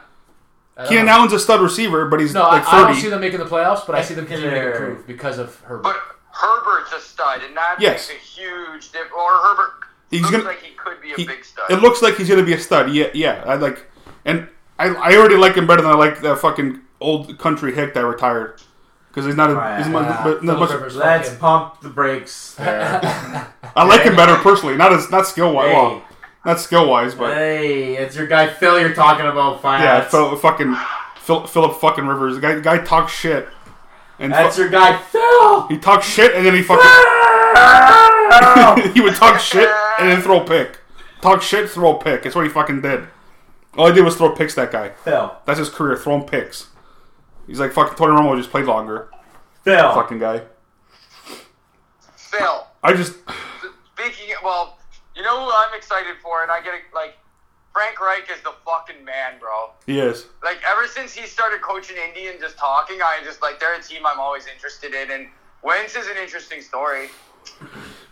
[SPEAKER 6] I don't
[SPEAKER 3] Keenan
[SPEAKER 6] know.
[SPEAKER 3] Allen's a stud receiver, but he's
[SPEAKER 6] No,
[SPEAKER 3] like
[SPEAKER 6] I, I don't
[SPEAKER 3] thirty.
[SPEAKER 6] see them making the playoffs, but I see them continuing to
[SPEAKER 2] Eckler.
[SPEAKER 6] improve because of Herbert.
[SPEAKER 4] But Herbert's a stud, and that
[SPEAKER 3] Yes.
[SPEAKER 4] makes a huge difference. Or Herbert
[SPEAKER 3] He's
[SPEAKER 4] looks
[SPEAKER 3] gonna-
[SPEAKER 4] like he could be a
[SPEAKER 3] He-
[SPEAKER 4] big stud.
[SPEAKER 3] It looks like he's gonna be a stud. Yeah, yeah. I like, and I, I already like him better than I like that fucking old country hick that retired because he's not a,
[SPEAKER 2] Right,
[SPEAKER 3] he's mu-
[SPEAKER 2] yeah.
[SPEAKER 3] but- not
[SPEAKER 6] Philip
[SPEAKER 3] much-
[SPEAKER 6] Rivers, fuck
[SPEAKER 2] Let's
[SPEAKER 6] him.
[SPEAKER 2] pump the brakes. There.
[SPEAKER 3] I like him better personally, not as not skill wise, well,
[SPEAKER 2] Hey.
[SPEAKER 3] not skill wise, but
[SPEAKER 2] hey, it's your guy Phil you're talking about.
[SPEAKER 3] yeah,
[SPEAKER 2] Finance.
[SPEAKER 3] Phil, fucking Phil, Philip fucking Rivers. The guy, the guy talks shit, and
[SPEAKER 2] That's
[SPEAKER 3] fu-
[SPEAKER 2] your guy Phil.
[SPEAKER 3] he talks shit, and then he fucking he would talk shit and then throw a pick. Talk shit, throw a pick. It's what he fucking did. All he did was throw picks. That guy.
[SPEAKER 2] Phil.
[SPEAKER 3] That's his career. Throwing picks. He's like fucking Tony Romo just played longer.
[SPEAKER 2] Phil.
[SPEAKER 3] Fucking guy.
[SPEAKER 4] Phil.
[SPEAKER 3] I just
[SPEAKER 4] Speaking of, well, you know who I'm excited for, and I get it, like Frank Reich is the fucking man, bro.
[SPEAKER 3] he is.
[SPEAKER 4] Like ever since he started coaching Indy and just talking, I just like they're a team I'm always interested in. And Wentz is an interesting story.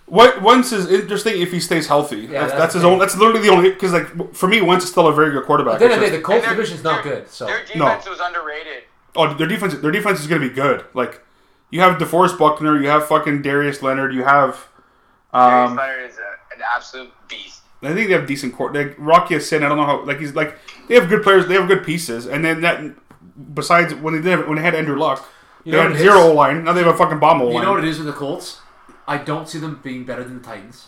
[SPEAKER 3] What Wentz is interesting if he stays healthy. that's,
[SPEAKER 6] that's
[SPEAKER 3] that's his
[SPEAKER 6] the
[SPEAKER 3] own.
[SPEAKER 6] thing.
[SPEAKER 3] That's literally the only because like for me, Wentz is still a very good quarterback.
[SPEAKER 6] At the end of
[SPEAKER 3] It's
[SPEAKER 6] the day,
[SPEAKER 3] just-
[SPEAKER 6] the Colts
[SPEAKER 4] their-
[SPEAKER 6] division's not
[SPEAKER 4] their-
[SPEAKER 6] good. So
[SPEAKER 4] Their defense was underrated.
[SPEAKER 3] oh, their defense. Their defense is going to be good. Like you have DeForest Buckner, you have fucking Darius Leonard, you have.
[SPEAKER 4] Darius
[SPEAKER 3] Um,
[SPEAKER 4] Leonard is a, an absolute beast.
[SPEAKER 3] I think they have decent court. Like Rocky has said, I don't know how. Like he's like they have good players. They have good pieces, and then that besides when they did when they had Andrew Luck, they
[SPEAKER 5] know
[SPEAKER 3] had
[SPEAKER 5] what it
[SPEAKER 3] zero
[SPEAKER 5] is?
[SPEAKER 3] O line. Now they have a fucking bomb O
[SPEAKER 5] You
[SPEAKER 3] line.
[SPEAKER 5] know what it is with the Colts? I don't see them being better than the Titans.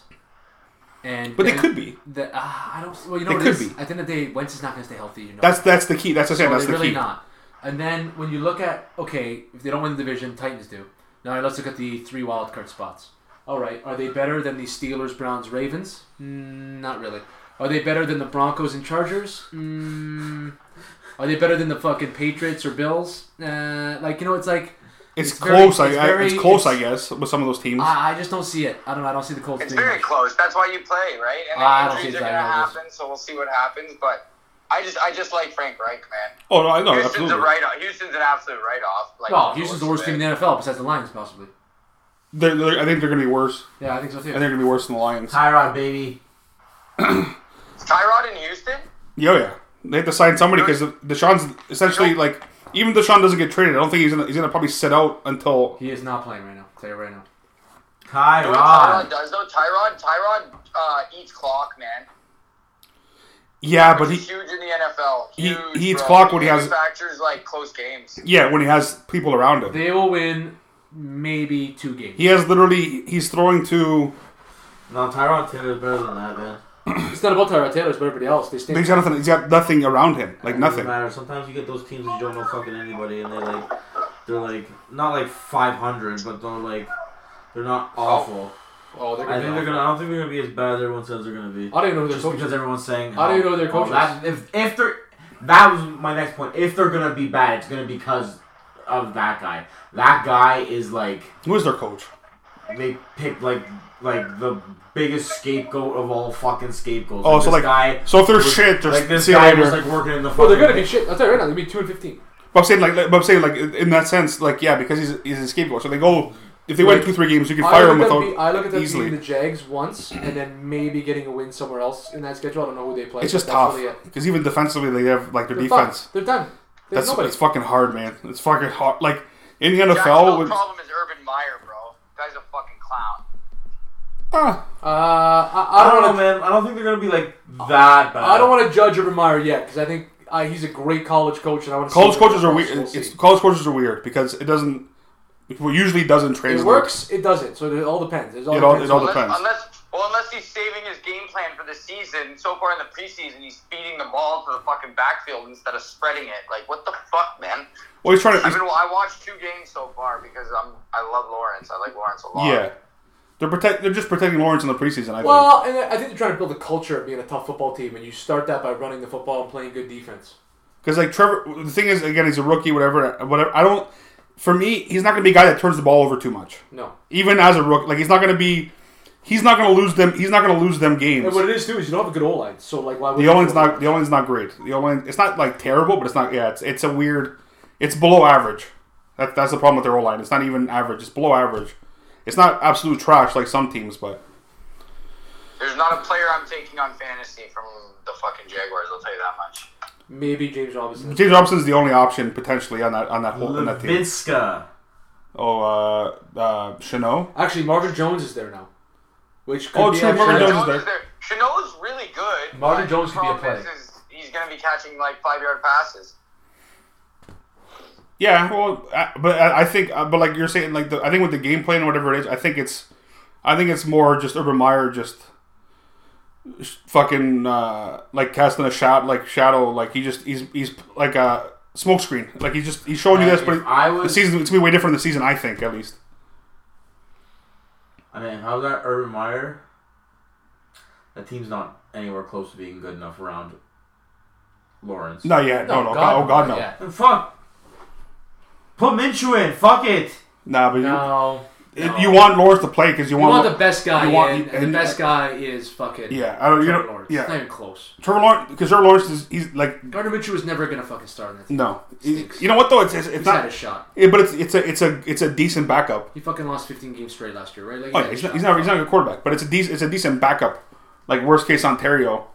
[SPEAKER 5] And
[SPEAKER 3] But they
[SPEAKER 5] and
[SPEAKER 3] could be.
[SPEAKER 5] The, uh, I don't. Well, you know
[SPEAKER 3] They
[SPEAKER 5] what
[SPEAKER 3] could
[SPEAKER 5] it is?
[SPEAKER 3] be.
[SPEAKER 5] At the end of the day, Wentz is not going to stay healthy. You know
[SPEAKER 3] That's that's the key. That's what I'm saying.
[SPEAKER 5] So
[SPEAKER 3] That's
[SPEAKER 5] they're
[SPEAKER 3] the
[SPEAKER 5] really
[SPEAKER 3] key.
[SPEAKER 5] not. And then when you look at okay, if they don't win the division, Titans do. Now let's look at the three wild card spots. All right, are they better than the Steelers, Browns, Ravens? Mm, not really. Are they better than the Broncos and Chargers? Mm, are they better than the fucking Patriots or Bills? Uh, like you know, it's like
[SPEAKER 3] It's,
[SPEAKER 5] It's very-
[SPEAKER 3] close. I,
[SPEAKER 5] it's
[SPEAKER 3] I-
[SPEAKER 5] very-
[SPEAKER 3] it's close. I
[SPEAKER 5] it's-
[SPEAKER 3] guess with some of those teams.
[SPEAKER 5] I, I just don't see it. I don't. know. I don't see the Colts.
[SPEAKER 4] It's
[SPEAKER 5] doing
[SPEAKER 4] very
[SPEAKER 5] much.
[SPEAKER 4] close. That's why you play, right? And then
[SPEAKER 5] I don't
[SPEAKER 4] injuries
[SPEAKER 5] see
[SPEAKER 4] are
[SPEAKER 5] that
[SPEAKER 4] gonna
[SPEAKER 5] at all.
[SPEAKER 4] happen, so we'll see what happens. But I just, I just like Frank Reich, man.
[SPEAKER 3] oh no, I know
[SPEAKER 4] Houston's
[SPEAKER 3] absolutely.
[SPEAKER 4] a write-off. Houston's an absolute write-off. Like,
[SPEAKER 5] No, Oh, Houston's the worst team in the NFL besides the Lions, possibly.
[SPEAKER 3] They're, they're, I think they're going to be worse.
[SPEAKER 5] Yeah, I think so too.
[SPEAKER 3] I think they're going to be worse than the Lions. Oh
[SPEAKER 2] Tyrod, baby.
[SPEAKER 4] Tyrod in Houston.
[SPEAKER 3] yeah, they have to sign somebody because Deshaun's essentially like even Deshaun doesn't get traded. I don't think he's going to he's going to probably sit out until
[SPEAKER 5] he is not playing right now. I'll tell you right now.
[SPEAKER 4] You know what
[SPEAKER 2] Tyrod.
[SPEAKER 4] Tyrod does though? Tyrod, Tyrod uh, eats clock, man.
[SPEAKER 3] yeah. But
[SPEAKER 4] He's
[SPEAKER 3] he
[SPEAKER 4] huge in the NFL.
[SPEAKER 3] He-
[SPEAKER 4] Huge,
[SPEAKER 3] he eats
[SPEAKER 4] bro.
[SPEAKER 3] clock when he has-
[SPEAKER 4] manufactures like close games.
[SPEAKER 3] yeah when he has people around him.
[SPEAKER 5] They will win maybe two games.
[SPEAKER 3] He has literally he's throwing to
[SPEAKER 2] No, Tyrod Taylor's better than that, man.
[SPEAKER 5] It's not about Tyrod Taylor, it's about everybody else. They stink.
[SPEAKER 3] he's got nothing he's got nothing around him like
[SPEAKER 2] It doesn't
[SPEAKER 3] nothing.
[SPEAKER 2] matter. Sometimes you get those teams that don't know fucking anybody, and they like, they're like not like 500, but they're like, they're not awful.
[SPEAKER 5] Oh, they're
[SPEAKER 2] I think they're gonna. I don't think they're gonna be as bad as everyone says they're gonna be.
[SPEAKER 5] I don't even know who their
[SPEAKER 2] Just
[SPEAKER 5] coach
[SPEAKER 2] because
[SPEAKER 5] is.
[SPEAKER 2] everyone's saying.
[SPEAKER 5] How do you know their
[SPEAKER 2] oh,
[SPEAKER 5] coaches?
[SPEAKER 2] that- if if they're that was my next point. If they're gonna be bad, it's gonna be because of that guy. That guy is like
[SPEAKER 3] Who is their coach?
[SPEAKER 2] they picked like like the biggest scapegoat of all fucking scapegoats.
[SPEAKER 3] Oh, so
[SPEAKER 2] this
[SPEAKER 3] like
[SPEAKER 2] guy.
[SPEAKER 3] so if they're
[SPEAKER 2] was-
[SPEAKER 3] shit, they're
[SPEAKER 2] like this
[SPEAKER 3] see you
[SPEAKER 2] guy
[SPEAKER 3] later.
[SPEAKER 2] was like working in the.
[SPEAKER 5] Well, Oh, they're
[SPEAKER 2] fucking-
[SPEAKER 5] gonna be shit. I'll tell you right now, they'll be two and fifteen.
[SPEAKER 3] But I'm saying like but I'm saying like in that sense like yeah because he's he's a scapegoat. So they go if they win
[SPEAKER 5] Like,
[SPEAKER 3] two three games you can
[SPEAKER 5] I
[SPEAKER 3] fire
[SPEAKER 5] look,
[SPEAKER 3] him
[SPEAKER 5] at
[SPEAKER 3] without
[SPEAKER 5] them be- I look at them
[SPEAKER 3] easily.
[SPEAKER 5] beating the Jags once, and then maybe getting a win somewhere else in that schedule. I don't know who they play.
[SPEAKER 3] It's just
[SPEAKER 5] but
[SPEAKER 3] tough
[SPEAKER 5] that's really it.
[SPEAKER 3] because even defensively they have like their
[SPEAKER 5] They're
[SPEAKER 3] defense.
[SPEAKER 5] fucked. They're done. There's
[SPEAKER 3] That's
[SPEAKER 5] nobody.
[SPEAKER 3] it's fucking hard, man. It's fucking hard. Like in the
[SPEAKER 4] Jacksonville's
[SPEAKER 3] NFL, with,
[SPEAKER 4] problem is Urban Meyer, bro. Guy's a fucking clown.
[SPEAKER 3] ah,
[SPEAKER 5] Uh, I, I
[SPEAKER 2] I
[SPEAKER 5] don't,
[SPEAKER 2] don't know,
[SPEAKER 5] want to.
[SPEAKER 2] man. I don't think they're gonna be like that bad.
[SPEAKER 5] I don't want to judge Urban Meyer yet because I think uh, he's a great college coach, and I want to.
[SPEAKER 3] college coaches are
[SPEAKER 5] We'll
[SPEAKER 3] weird.
[SPEAKER 5] see.
[SPEAKER 3] It's, college coaches are weird because it doesn't. It usually doesn't translate.
[SPEAKER 5] It works. It doesn't. So it all depends. It all
[SPEAKER 3] It all-
[SPEAKER 5] depends.
[SPEAKER 3] it all
[SPEAKER 5] on-
[SPEAKER 3] depends.
[SPEAKER 4] Unless, unless, well, unless he's saving his game plan for the season. So far in the preseason, he's feeding the ball to the fucking backfield instead of spreading it. Like, what the fuck, man?
[SPEAKER 3] Well, he's trying to.
[SPEAKER 4] I mean,
[SPEAKER 3] he's-
[SPEAKER 4] well, I watched two games so far because I'm I love Lawrence. I like Lawrence a lot.
[SPEAKER 3] yeah, they're protect. They're just protecting Lawrence in the preseason. I think.
[SPEAKER 5] Well, and I think they're trying to build a culture of being a tough football team, and you start that by running the football and playing good defense.
[SPEAKER 3] Because like Trevor, the thing is, again, he's a rookie. Whatever, whatever. I don't. For me, he's not going to be a guy that turns the ball over too much.
[SPEAKER 5] No.
[SPEAKER 3] Even as a rookie, like he's not going to be. He's not going to lose them. He's not going to lose them games.
[SPEAKER 5] And what it is too is you don't have a good O line, so like why would
[SPEAKER 3] The
[SPEAKER 5] you-
[SPEAKER 3] O line's not. The O line's not great. The O line. It's not like terrible, but it's not. Yeah, it's it's a weird. It's below average. That, that's the problem with their O line. It's not even average. It's below average. It's not absolute trash like some teams, but
[SPEAKER 4] There's not a player I'm taking on fantasy from the fucking Jaguars. I'll tell you that much.
[SPEAKER 5] Maybe James Robinson.
[SPEAKER 3] James Robinson's the only option potentially on that on that whole on that team.
[SPEAKER 2] Levinska.
[SPEAKER 3] Oh, uh, uh, Chanel.
[SPEAKER 5] Actually, Marvin Jones is there now, which could
[SPEAKER 3] Oh,
[SPEAKER 5] be
[SPEAKER 3] true,
[SPEAKER 5] actually-
[SPEAKER 3] Marvin Jones-
[SPEAKER 4] Chenault
[SPEAKER 3] is
[SPEAKER 4] is there. Chenault's really good.
[SPEAKER 5] Marvin
[SPEAKER 4] but
[SPEAKER 5] Jones
[SPEAKER 4] the
[SPEAKER 5] could be a
[SPEAKER 4] problem
[SPEAKER 5] player.
[SPEAKER 4] Is, is he's going to be catching like five yard passes.
[SPEAKER 3] Yeah, well, I, but I, I think, uh, but like you're saying, like the, I think with the game plan and whatever it is, I think it's, I think it's more just Urban Meyer just sh- fucking uh, like casting a shot like shadow, like he just he's he's like a smokescreen, like he's just he's showing you this, but
[SPEAKER 2] Uh, If I
[SPEAKER 3] the
[SPEAKER 2] was.
[SPEAKER 3] season it's gonna be way different. The season, I think, at least.
[SPEAKER 2] I mean, how's that Urban Meyer? That team's not anywhere close to being good enough around Lawrence.
[SPEAKER 3] No, yeah, no, no, God, oh God, no,
[SPEAKER 5] yeah.
[SPEAKER 2] And fuck. Put Minshew in. Fuck it.
[SPEAKER 3] nah, but you,
[SPEAKER 6] no,
[SPEAKER 3] you want Lawrence to play because you,
[SPEAKER 5] You
[SPEAKER 3] want,
[SPEAKER 5] want the best guy,
[SPEAKER 3] you want-
[SPEAKER 5] in, and,
[SPEAKER 3] and-
[SPEAKER 5] the best guy is fucking
[SPEAKER 3] Yeah, I don't. You
[SPEAKER 5] Trevor
[SPEAKER 3] don't.
[SPEAKER 5] Lawrence. It's not
[SPEAKER 3] Yeah,
[SPEAKER 5] even close.
[SPEAKER 3] Trevor Lawrence because Trevor Lawrence is he's like
[SPEAKER 5] Gardner Minshew was never gonna fucking start in that. team.
[SPEAKER 3] no.
[SPEAKER 5] Stinks.
[SPEAKER 3] You know what though? It's it's, it's
[SPEAKER 5] He's
[SPEAKER 3] not.
[SPEAKER 5] had a shot.
[SPEAKER 3] Yeah, but it's it's a it's a it's a decent backup.
[SPEAKER 5] He fucking lost 15 games straight last year, right? Like, he
[SPEAKER 3] Oh,
[SPEAKER 5] had
[SPEAKER 3] yeah,
[SPEAKER 5] a
[SPEAKER 3] he's, not,
[SPEAKER 5] shot.
[SPEAKER 3] he's not he's not a good quarterback, but it's a decent it's a decent backup. Like worst case Ontario,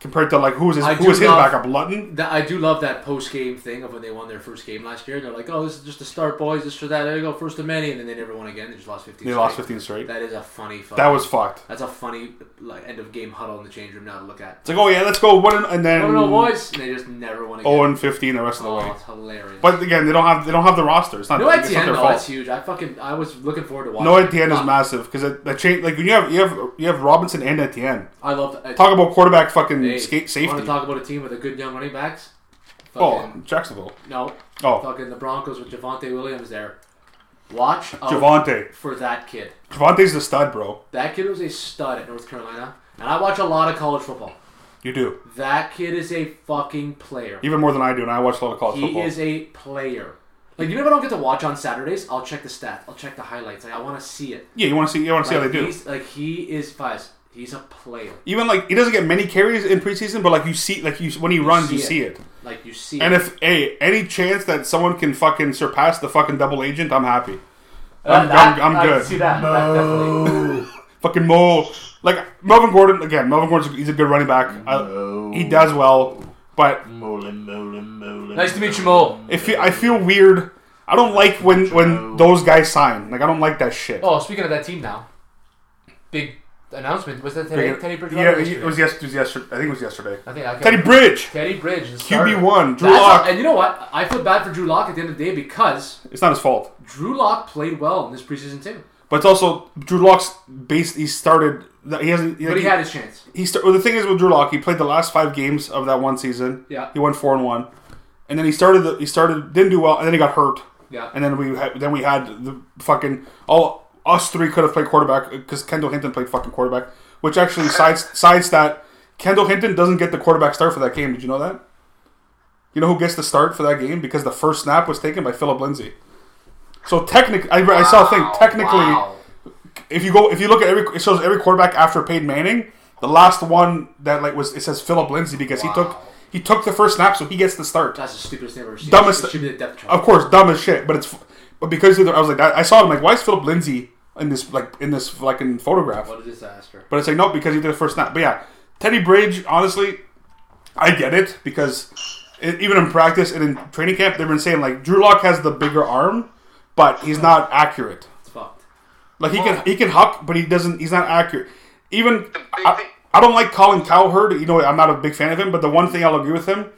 [SPEAKER 3] compared to like who was his
[SPEAKER 5] I
[SPEAKER 3] who
[SPEAKER 5] do
[SPEAKER 3] was his
[SPEAKER 5] love-
[SPEAKER 3] backup Lutton.
[SPEAKER 5] That- I do love that post game thing of when they won their first game last year. They're like, "Oh, this is just a start, boys. This for that. There you go, first of many." And then they never won again. They just lost 15.
[SPEAKER 3] They
[SPEAKER 5] straight.
[SPEAKER 3] lost 15 straight.
[SPEAKER 5] That is a funny. Fucking,
[SPEAKER 3] That was fucked.
[SPEAKER 5] That's a funny like end of game huddle in the change room now to look at.
[SPEAKER 3] It's like oh yeah, let's go one and- and then
[SPEAKER 5] I don't know, boys. And they just never won again.
[SPEAKER 3] zero and 15 the rest of the
[SPEAKER 5] oh,
[SPEAKER 3] way.
[SPEAKER 5] it's hilarious.
[SPEAKER 3] But again, they don't have they don't have the roster. It's not,
[SPEAKER 5] no
[SPEAKER 3] it's not
[SPEAKER 5] Etienne,
[SPEAKER 3] their
[SPEAKER 5] though,
[SPEAKER 3] fault.
[SPEAKER 5] that's huge. I fucking I was looking forward to watching.
[SPEAKER 3] No
[SPEAKER 5] it.
[SPEAKER 3] Etienne is
[SPEAKER 5] Uh,
[SPEAKER 3] massive because that change like when you have you have you have Robinson and Etienne.
[SPEAKER 5] I love that.
[SPEAKER 3] Talk about quarterback fucking
[SPEAKER 5] Hey,
[SPEAKER 3] skate
[SPEAKER 5] Want
[SPEAKER 3] safety.
[SPEAKER 5] to talk about a team with a good young running backs?
[SPEAKER 3] oh,
[SPEAKER 5] Fucking,
[SPEAKER 3] Jacksonville.
[SPEAKER 5] no.
[SPEAKER 3] Oh,
[SPEAKER 5] Fucking the Broncos with Javante Williams there. Watch out
[SPEAKER 3] Javante.
[SPEAKER 5] for that kid.
[SPEAKER 3] Javante's the stud, bro.
[SPEAKER 5] That kid was a stud at North Carolina, and I watch a lot of college football.
[SPEAKER 3] You do
[SPEAKER 5] That kid is a fucking player.
[SPEAKER 3] even more than I do, and I watch a lot of college
[SPEAKER 5] He
[SPEAKER 3] football.
[SPEAKER 5] is a player. Like you know, if I don't get to watch on Saturdays, I'll check the stats. I'll check the highlights. Like I want to see it.
[SPEAKER 3] yeah, you want to see you want to see how
[SPEAKER 5] Like,
[SPEAKER 3] they do.
[SPEAKER 5] He's, like he is Fies. He's a player.
[SPEAKER 3] Even like he doesn't get many carries in preseason, but like you see, like you when he runs,
[SPEAKER 5] see
[SPEAKER 3] you
[SPEAKER 5] it.
[SPEAKER 3] see it.
[SPEAKER 5] Like you see.
[SPEAKER 3] And
[SPEAKER 5] it.
[SPEAKER 3] if hey, any chance that someone can fucking surpass the fucking double agent, I'm happy.
[SPEAKER 6] Uh,
[SPEAKER 3] I'm,
[SPEAKER 6] that-
[SPEAKER 3] I'm,
[SPEAKER 6] I can
[SPEAKER 3] I'm good.
[SPEAKER 6] see that. that definitely.
[SPEAKER 3] Fucking Mo, like Melvin Gordon again. Melvin Gordon's he's a good running back. I, he does well, but
[SPEAKER 2] Molin, molin, molin.
[SPEAKER 6] Nice to meet you, Mo.
[SPEAKER 3] if he, I feel weird, I don't like when when those guys sign. Like I don't like that shit.
[SPEAKER 6] Oh, speaking of that team now, big announcement. Was that Teddy, Teddy Bridgewater?
[SPEAKER 3] yeah, it
[SPEAKER 6] yesterday?
[SPEAKER 3] was yesterday. It was yesterday. I think it was yesterday.
[SPEAKER 6] I think I
[SPEAKER 3] Teddy
[SPEAKER 6] can't-
[SPEAKER 3] Bridge,
[SPEAKER 6] Teddy Bridge. the starter.
[SPEAKER 3] QB one, Drew
[SPEAKER 5] That's-
[SPEAKER 3] Lock.
[SPEAKER 5] and you know what? I feel bad for Drew Lock at the end of the day because
[SPEAKER 3] It's not his fault,
[SPEAKER 5] Drew Lock played well in this preseason too,
[SPEAKER 3] but it's also Drew Lock's base. He started. He hasn't.
[SPEAKER 5] but he had his chance.
[SPEAKER 3] he start, well, the thing is with Drew Lock, he played the last five games of that one season.
[SPEAKER 5] Yeah.
[SPEAKER 3] he went four and one, and then he started. The, he started didn't do well, and then he got hurt.
[SPEAKER 5] Yeah.
[SPEAKER 3] and then we had, then we had the fucking all us three could have played quarterback because Kendall Hinton played fucking quarterback, which actually sides sides that Kendall Hinton doesn't get the quarterback start for that game. Did you know that? You know who gets the start for that game because the first snap was taken by Philip Lindsay. So technically, I, I saw a thing. Technically,
[SPEAKER 5] Wow.
[SPEAKER 3] if you go if you look at every it shows every quarterback after Peyton Manning, the last one that like was it says Philip Lindsay because he took he took the first snap, so he gets the start.
[SPEAKER 5] That's the stupidest thing I've ever seen.
[SPEAKER 3] Dumbest-
[SPEAKER 5] It should be the depth chart.
[SPEAKER 3] Of course, dumb as shit, but it's but because of the, I was like I, I saw him like why is Philip Lindsay in this like in this fucking photograph?
[SPEAKER 5] What a disaster.
[SPEAKER 3] But it's like no because he did the first snap. But yeah, Teddy Bridge, honestly, I get it because it, even in practice and in training camp they've been saying like Drew Lock has the bigger arm, but he's not accurate.
[SPEAKER 5] It's fucked.
[SPEAKER 3] Like he can he can huck, but he doesn't. He's not accurate. Even
[SPEAKER 4] big
[SPEAKER 3] I,
[SPEAKER 4] thing-
[SPEAKER 3] I don't like Colin Cowherd. You know, I'm not a big fan of him. But the one thing I'll agree with him,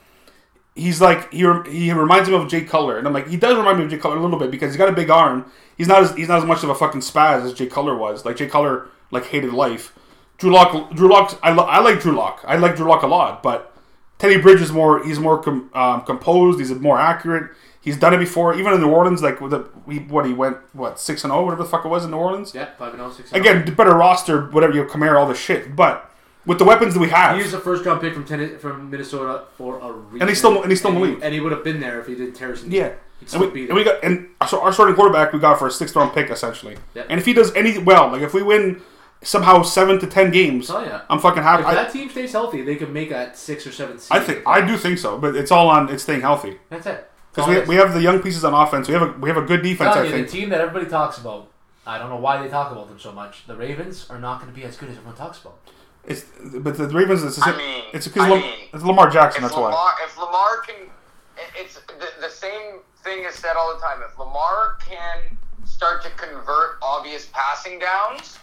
[SPEAKER 3] he's like he rem- he reminds him of Jay Cutler, and I'm like he does remind me of Jay Cutler a little bit because he's got a big arm. He's not as he's not as much of a fucking spaz as Jay Cutler was. Like Jay Cutler like hated life. Drew Lock Drew Lock I, lo- I like Drew Lock. I like Drew Lock a lot, but Teddy Bridge is more he's more com- um, composed. He's more accurate. He's done it before, even in New Orleans. Like with the, he, what he went what six and zero, whatever the fuck it was in New Orleans
[SPEAKER 5] Yeah, five and oh, six. and oh.
[SPEAKER 3] again, better roster, whatever you Camaro, all this shit. But with the weapons that we
[SPEAKER 5] He was
[SPEAKER 3] have,
[SPEAKER 5] a first round pick from Tennis, from Minnesota for a reason.
[SPEAKER 3] And he's still- and he's still in the
[SPEAKER 5] he-
[SPEAKER 3] league.
[SPEAKER 5] And he would have been there if he didn't tear his knee.
[SPEAKER 3] yeah,
[SPEAKER 5] He'd
[SPEAKER 3] and
[SPEAKER 5] still
[SPEAKER 3] we,
[SPEAKER 5] be
[SPEAKER 3] and
[SPEAKER 5] there.
[SPEAKER 3] we got and our, so our starting quarterback we got for a sixth round pick essentially.
[SPEAKER 5] Yeah.
[SPEAKER 3] And if he does any well, like if we win somehow seven to ten games,
[SPEAKER 5] Oh, yeah.
[SPEAKER 3] I'm fucking happy.
[SPEAKER 5] if
[SPEAKER 3] I,
[SPEAKER 5] that team stays healthy, they could make a six or seven seed.
[SPEAKER 3] I think I do think so, but it's all on it's staying healthy
[SPEAKER 6] That's it.
[SPEAKER 5] Oh,
[SPEAKER 3] because we, we have the young pieces on offense. We have a we have a good defense.
[SPEAKER 6] telling
[SPEAKER 3] I
[SPEAKER 6] you, the
[SPEAKER 3] think
[SPEAKER 6] team that everybody talks about. I don't know why they talk about them so much. The Ravens are not going to be as good as everyone talks about.
[SPEAKER 3] it's but the Ravens. It's
[SPEAKER 4] I mean-
[SPEAKER 3] it's
[SPEAKER 4] I
[SPEAKER 3] because Lam-
[SPEAKER 4] mean,
[SPEAKER 3] it's Lamar Jackson.
[SPEAKER 4] If
[SPEAKER 3] That's
[SPEAKER 4] Lamar,
[SPEAKER 3] why.
[SPEAKER 4] if Lamar can, it- it's the, the same thing is said all the time. If Lamar can start to convert obvious passing downs,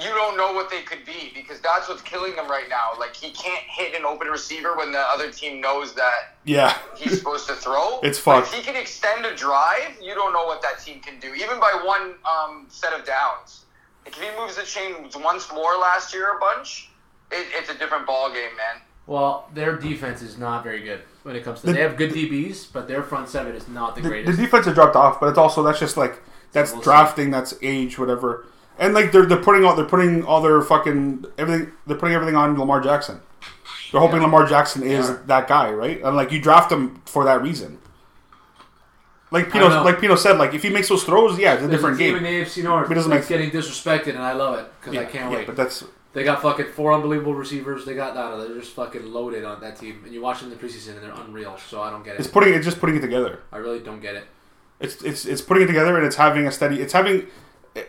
[SPEAKER 4] you don't know what they could be because that's what's killing them right now. Like he can't hit an open receiver when the other team knows that
[SPEAKER 3] Yeah,
[SPEAKER 4] he's supposed to throw.
[SPEAKER 3] It's
[SPEAKER 4] But
[SPEAKER 3] fucked.
[SPEAKER 4] If he can extend a drive, you don't know what that team can do, even by one um, set of downs. Like if he moves the chains once more last year a bunch, it, it's a different ball game, man.
[SPEAKER 5] Well, their defense is not very good when it comes to.
[SPEAKER 3] The-
[SPEAKER 5] they have good DBs, but their front seven is not the
[SPEAKER 3] the, the
[SPEAKER 5] greatest.
[SPEAKER 3] defense had dropped off, but it's also that's just like that's
[SPEAKER 5] Wilson.
[SPEAKER 3] drafting, that's age, whatever. And like they're they're putting all they're putting all their fucking everything they're putting everything on Lamar Jackson. They're hoping Lamar Jackson is that guy, right? And like you draft him for that reason. like
[SPEAKER 5] I
[SPEAKER 3] Pino,
[SPEAKER 5] know.
[SPEAKER 3] like Pino said, like if he makes those throws, yeah, it's a
[SPEAKER 5] There's
[SPEAKER 3] different
[SPEAKER 5] a team
[SPEAKER 3] game.
[SPEAKER 5] in the AFC North
[SPEAKER 3] But it doesn't
[SPEAKER 5] that's
[SPEAKER 3] make-
[SPEAKER 5] getting disrespected, and I love it because I can't
[SPEAKER 3] yeah,
[SPEAKER 5] wait.
[SPEAKER 3] But that's
[SPEAKER 5] They got fucking four unbelievable receivers. They got that. They're just fucking loaded on that team. And you watch them in the preseason, and they're unreal. So I don't get
[SPEAKER 3] it's
[SPEAKER 5] it.
[SPEAKER 3] putting it's just putting it together.
[SPEAKER 5] I really don't get it.
[SPEAKER 3] It's it's it's putting it together and it's having a steady. It's having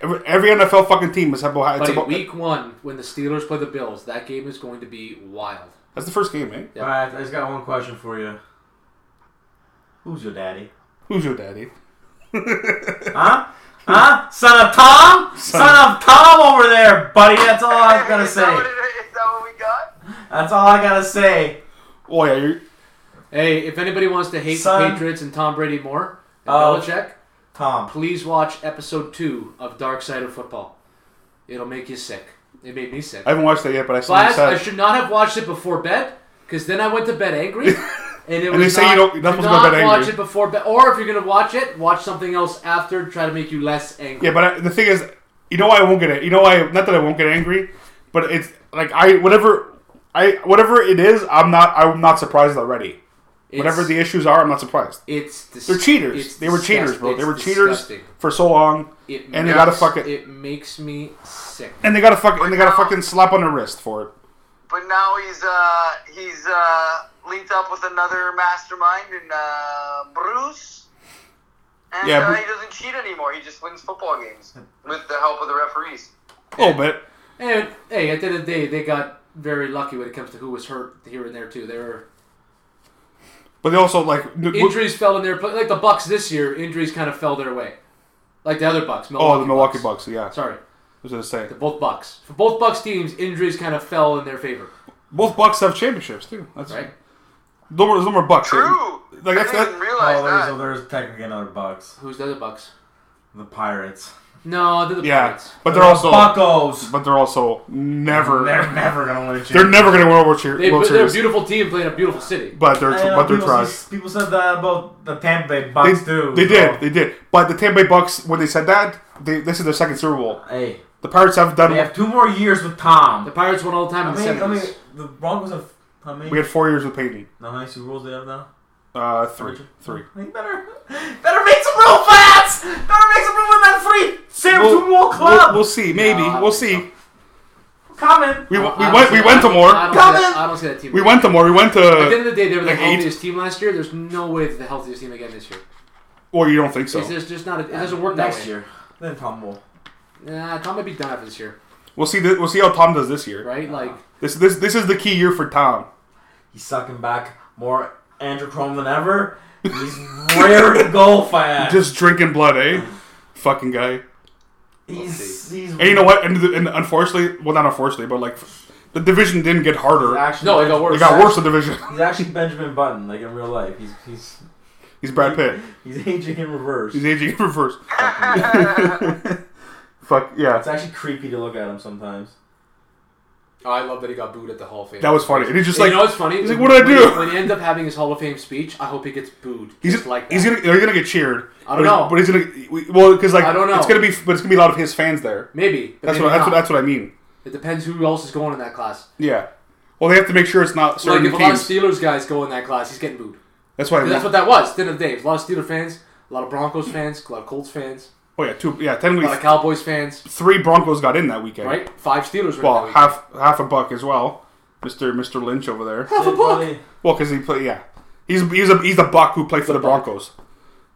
[SPEAKER 3] every, every NFL fucking team is about. It's
[SPEAKER 5] Buddy,
[SPEAKER 3] about
[SPEAKER 5] week one when the Steelers play the Bills, that game is going to be wild.
[SPEAKER 3] that's the first game, eh? man.
[SPEAKER 5] Yeah.
[SPEAKER 2] All right, I just got one question for you. Who's your daddy?
[SPEAKER 3] Who's your daddy?
[SPEAKER 2] Huh? Huh? Son of Tom? Son, of Tom over there, buddy. That's all I was gonna
[SPEAKER 4] is, that
[SPEAKER 2] say.
[SPEAKER 4] what it, is that what we got?
[SPEAKER 2] That's all I gotta say.
[SPEAKER 3] Oh yeah, you're,
[SPEAKER 5] Hey, if anybody wants to hate the
[SPEAKER 2] Son.
[SPEAKER 5] Patriots and Tom Brady more, and
[SPEAKER 2] Oh.
[SPEAKER 5] Belichick,
[SPEAKER 2] Tom.
[SPEAKER 5] please watch episode two of Dark Side of Football. It'll make you sick. It made me sick.
[SPEAKER 3] I haven't watched that yet, but I still
[SPEAKER 5] Class, I
[SPEAKER 3] sad.
[SPEAKER 5] should not have watched it before bed because then I went to bed angry. And it was
[SPEAKER 3] they say
[SPEAKER 5] not,
[SPEAKER 3] you don't- you're not
[SPEAKER 5] do
[SPEAKER 3] supposed to go to bed
[SPEAKER 5] watch
[SPEAKER 3] angry.
[SPEAKER 5] it before bed, or if you're gonna watch it, watch something else after. to Try to make you less angry.
[SPEAKER 3] Yeah, but I, the thing is, you know why I won't get it. You know why? Not that I won't get angry, but it's like I whatever I whatever it is, I'm not I'm not surprised already. Whatever
[SPEAKER 5] It's-
[SPEAKER 3] the issues are, I'm not surprised.
[SPEAKER 5] it's dis-
[SPEAKER 3] They're cheaters.
[SPEAKER 5] it's
[SPEAKER 3] they were cheaters,
[SPEAKER 5] disgust-
[SPEAKER 3] bro.
[SPEAKER 5] it's
[SPEAKER 3] They were cheaters
[SPEAKER 5] disgusting.
[SPEAKER 3] for so long,
[SPEAKER 5] It
[SPEAKER 3] and they got to
[SPEAKER 5] makes-
[SPEAKER 3] fuck it.
[SPEAKER 5] It makes me sick.
[SPEAKER 3] and they got to fuck and they got to
[SPEAKER 4] now-
[SPEAKER 3] fucking slap on the wrist for it.
[SPEAKER 4] But now he's uh, he's uh, linked up with another mastermind in uh, Bruce. And
[SPEAKER 3] Yeah,
[SPEAKER 4] uh,
[SPEAKER 3] Bru-
[SPEAKER 4] he doesn't cheat anymore. He just wins football games with the help of the referees.
[SPEAKER 3] A little bit.
[SPEAKER 5] And hey, at the end of the day, they got very lucky when it comes to who was hurt here and there too. They were
[SPEAKER 3] But they also like n-
[SPEAKER 5] injuries fell in their pla- like the Bucks this year. Injuries kind of fell their way, like the other Bucks. Milwaukee
[SPEAKER 3] oh the Milwaukee Bucks. Yeah, I
[SPEAKER 5] Sorry,
[SPEAKER 3] was gonna say
[SPEAKER 5] the both Bucks. For both Bucks teams, injuries kind of fell in their favor.
[SPEAKER 3] both Bucks have championships too. That's
[SPEAKER 5] Right?
[SPEAKER 3] No more, no more Bucks. eh?
[SPEAKER 4] True.
[SPEAKER 3] Like,
[SPEAKER 4] I
[SPEAKER 3] that's-
[SPEAKER 4] didn't
[SPEAKER 3] that-
[SPEAKER 4] even realize
[SPEAKER 2] Oh, there's,
[SPEAKER 4] that.
[SPEAKER 2] oh, there's technically another Bucks.
[SPEAKER 5] Who's the other Bucks?
[SPEAKER 2] The Pirates.
[SPEAKER 5] No, they're the
[SPEAKER 3] Yeah,
[SPEAKER 5] Pirates.
[SPEAKER 3] but they're also
[SPEAKER 2] Buckos.
[SPEAKER 3] but they're also never
[SPEAKER 2] They're never gonna win a
[SPEAKER 3] they're
[SPEAKER 2] championship.
[SPEAKER 3] never gonna win a World, cheer,
[SPEAKER 5] They,
[SPEAKER 3] World
[SPEAKER 5] they're a
[SPEAKER 3] Series.
[SPEAKER 5] beautiful team playing a beautiful city.
[SPEAKER 3] But they're
[SPEAKER 2] I know,
[SPEAKER 3] but they're
[SPEAKER 2] people,
[SPEAKER 3] trash.
[SPEAKER 2] s- people said that about the Tampa Bay
[SPEAKER 3] They,
[SPEAKER 2] Bucks too.
[SPEAKER 3] they
[SPEAKER 2] so-
[SPEAKER 3] did, they did. But the Tampa Bay Bucks, when they said that, they, this is their second Super Bowl.
[SPEAKER 2] Hey,
[SPEAKER 3] The Pirates have done.
[SPEAKER 2] they have two more years with Tom.
[SPEAKER 5] The Pirates won all the time
[SPEAKER 2] I
[SPEAKER 5] in
[SPEAKER 2] mean,
[SPEAKER 5] the
[SPEAKER 2] I mean,
[SPEAKER 5] 70s.
[SPEAKER 2] the Broncos have how many?
[SPEAKER 3] we had four years with Peyton.
[SPEAKER 2] now, how many Super Bowls do they have now?
[SPEAKER 3] Uh, three, three.
[SPEAKER 2] They better, better make some real fats. Better make some room in that three. Sam Super Bowl club.
[SPEAKER 3] We'll, we'll see. Maybe
[SPEAKER 5] No, I don't
[SPEAKER 3] we'll
[SPEAKER 5] think
[SPEAKER 3] see.
[SPEAKER 2] Coming.
[SPEAKER 3] We, we
[SPEAKER 5] I don't
[SPEAKER 3] went we
[SPEAKER 5] see-
[SPEAKER 3] went to
[SPEAKER 5] I
[SPEAKER 3] more.
[SPEAKER 5] don't, I don't see that,
[SPEAKER 2] Coming!
[SPEAKER 5] I don't see that team.
[SPEAKER 3] We went to more. We went
[SPEAKER 5] At the end
[SPEAKER 3] to.
[SPEAKER 5] of the day, they were the
[SPEAKER 3] Like eight.
[SPEAKER 5] healthiest team last year. There's no way they're the healthiest team again this year.
[SPEAKER 3] Well, you don't think so.
[SPEAKER 5] It's just, just not. A, it doesn't work that
[SPEAKER 2] next
[SPEAKER 5] way.
[SPEAKER 2] year. Then Tom Bowl.
[SPEAKER 5] Nah, Tom might be done after this year,
[SPEAKER 3] We'll see. The, we'll see how Tom does this year.
[SPEAKER 5] right? Like,
[SPEAKER 3] This this this is the key year for Tom.
[SPEAKER 2] He's sucking back more Andrew Chrome than ever. He's rare to go fast.
[SPEAKER 3] Just drinking blood, eh? Fucking guy.
[SPEAKER 2] he's, he's
[SPEAKER 3] And you know what? And, the, and unfortunately, well, not unfortunately, but like the division didn't get harder.
[SPEAKER 2] Actually,
[SPEAKER 5] no, it got worse.
[SPEAKER 3] It got worse. The division.
[SPEAKER 2] He's actually Benjamin Button, like in real life. He's he's
[SPEAKER 3] He's Brad Pitt.
[SPEAKER 2] he's aging in reverse.
[SPEAKER 3] He's aging in reverse. Fuck yeah.
[SPEAKER 2] It's actually creepy to look at him sometimes.
[SPEAKER 5] Oh, I love that he got booed at the Hall of Fame.
[SPEAKER 3] That was funny. And he's just
[SPEAKER 5] And
[SPEAKER 3] like,
[SPEAKER 5] you know what's funny?
[SPEAKER 3] he's like, what did I
[SPEAKER 5] When-
[SPEAKER 3] do?
[SPEAKER 5] When he ends up having his Hall of Fame speech, I hope he gets booed.
[SPEAKER 3] he's
[SPEAKER 5] just like that.
[SPEAKER 3] he's gonna they're gonna get cheered.
[SPEAKER 5] I don't
[SPEAKER 3] but
[SPEAKER 5] know.
[SPEAKER 3] He's, but he's gonna we- well because like
[SPEAKER 5] I don't know.
[SPEAKER 3] It's gonna be but it's gonna be a lot of his fans there.
[SPEAKER 5] maybe. but
[SPEAKER 3] That's
[SPEAKER 5] maybe
[SPEAKER 3] what that's what
[SPEAKER 5] not.
[SPEAKER 3] that's what I mean.
[SPEAKER 5] It depends who else is going in that class.
[SPEAKER 3] Yeah. Well, they have to make sure it's not
[SPEAKER 5] Like
[SPEAKER 3] certain
[SPEAKER 5] if a lot
[SPEAKER 3] teams.
[SPEAKER 5] of Steelers guys go in that class, he's getting booed.
[SPEAKER 3] that's why. I
[SPEAKER 5] 'Cause
[SPEAKER 3] mean.
[SPEAKER 5] That's what that was. At the end of the day, it was a lot of Steelers fans, a lot of Broncos fans, a lot of Colts fans,
[SPEAKER 3] oh yeah, two yeah.
[SPEAKER 5] a lot
[SPEAKER 3] Technically,
[SPEAKER 5] of Cowboys fans.
[SPEAKER 3] three Broncos got in that weekend.
[SPEAKER 5] Right? Five Steelers. were in that
[SPEAKER 3] Well,
[SPEAKER 5] week.
[SPEAKER 3] half half a buck as well, Mister Mister Lynch over there.
[SPEAKER 5] half a
[SPEAKER 2] They
[SPEAKER 5] buck.
[SPEAKER 2] probably-
[SPEAKER 3] Well, because he play yeah, he's he's a he's the buck who played for the Broncos.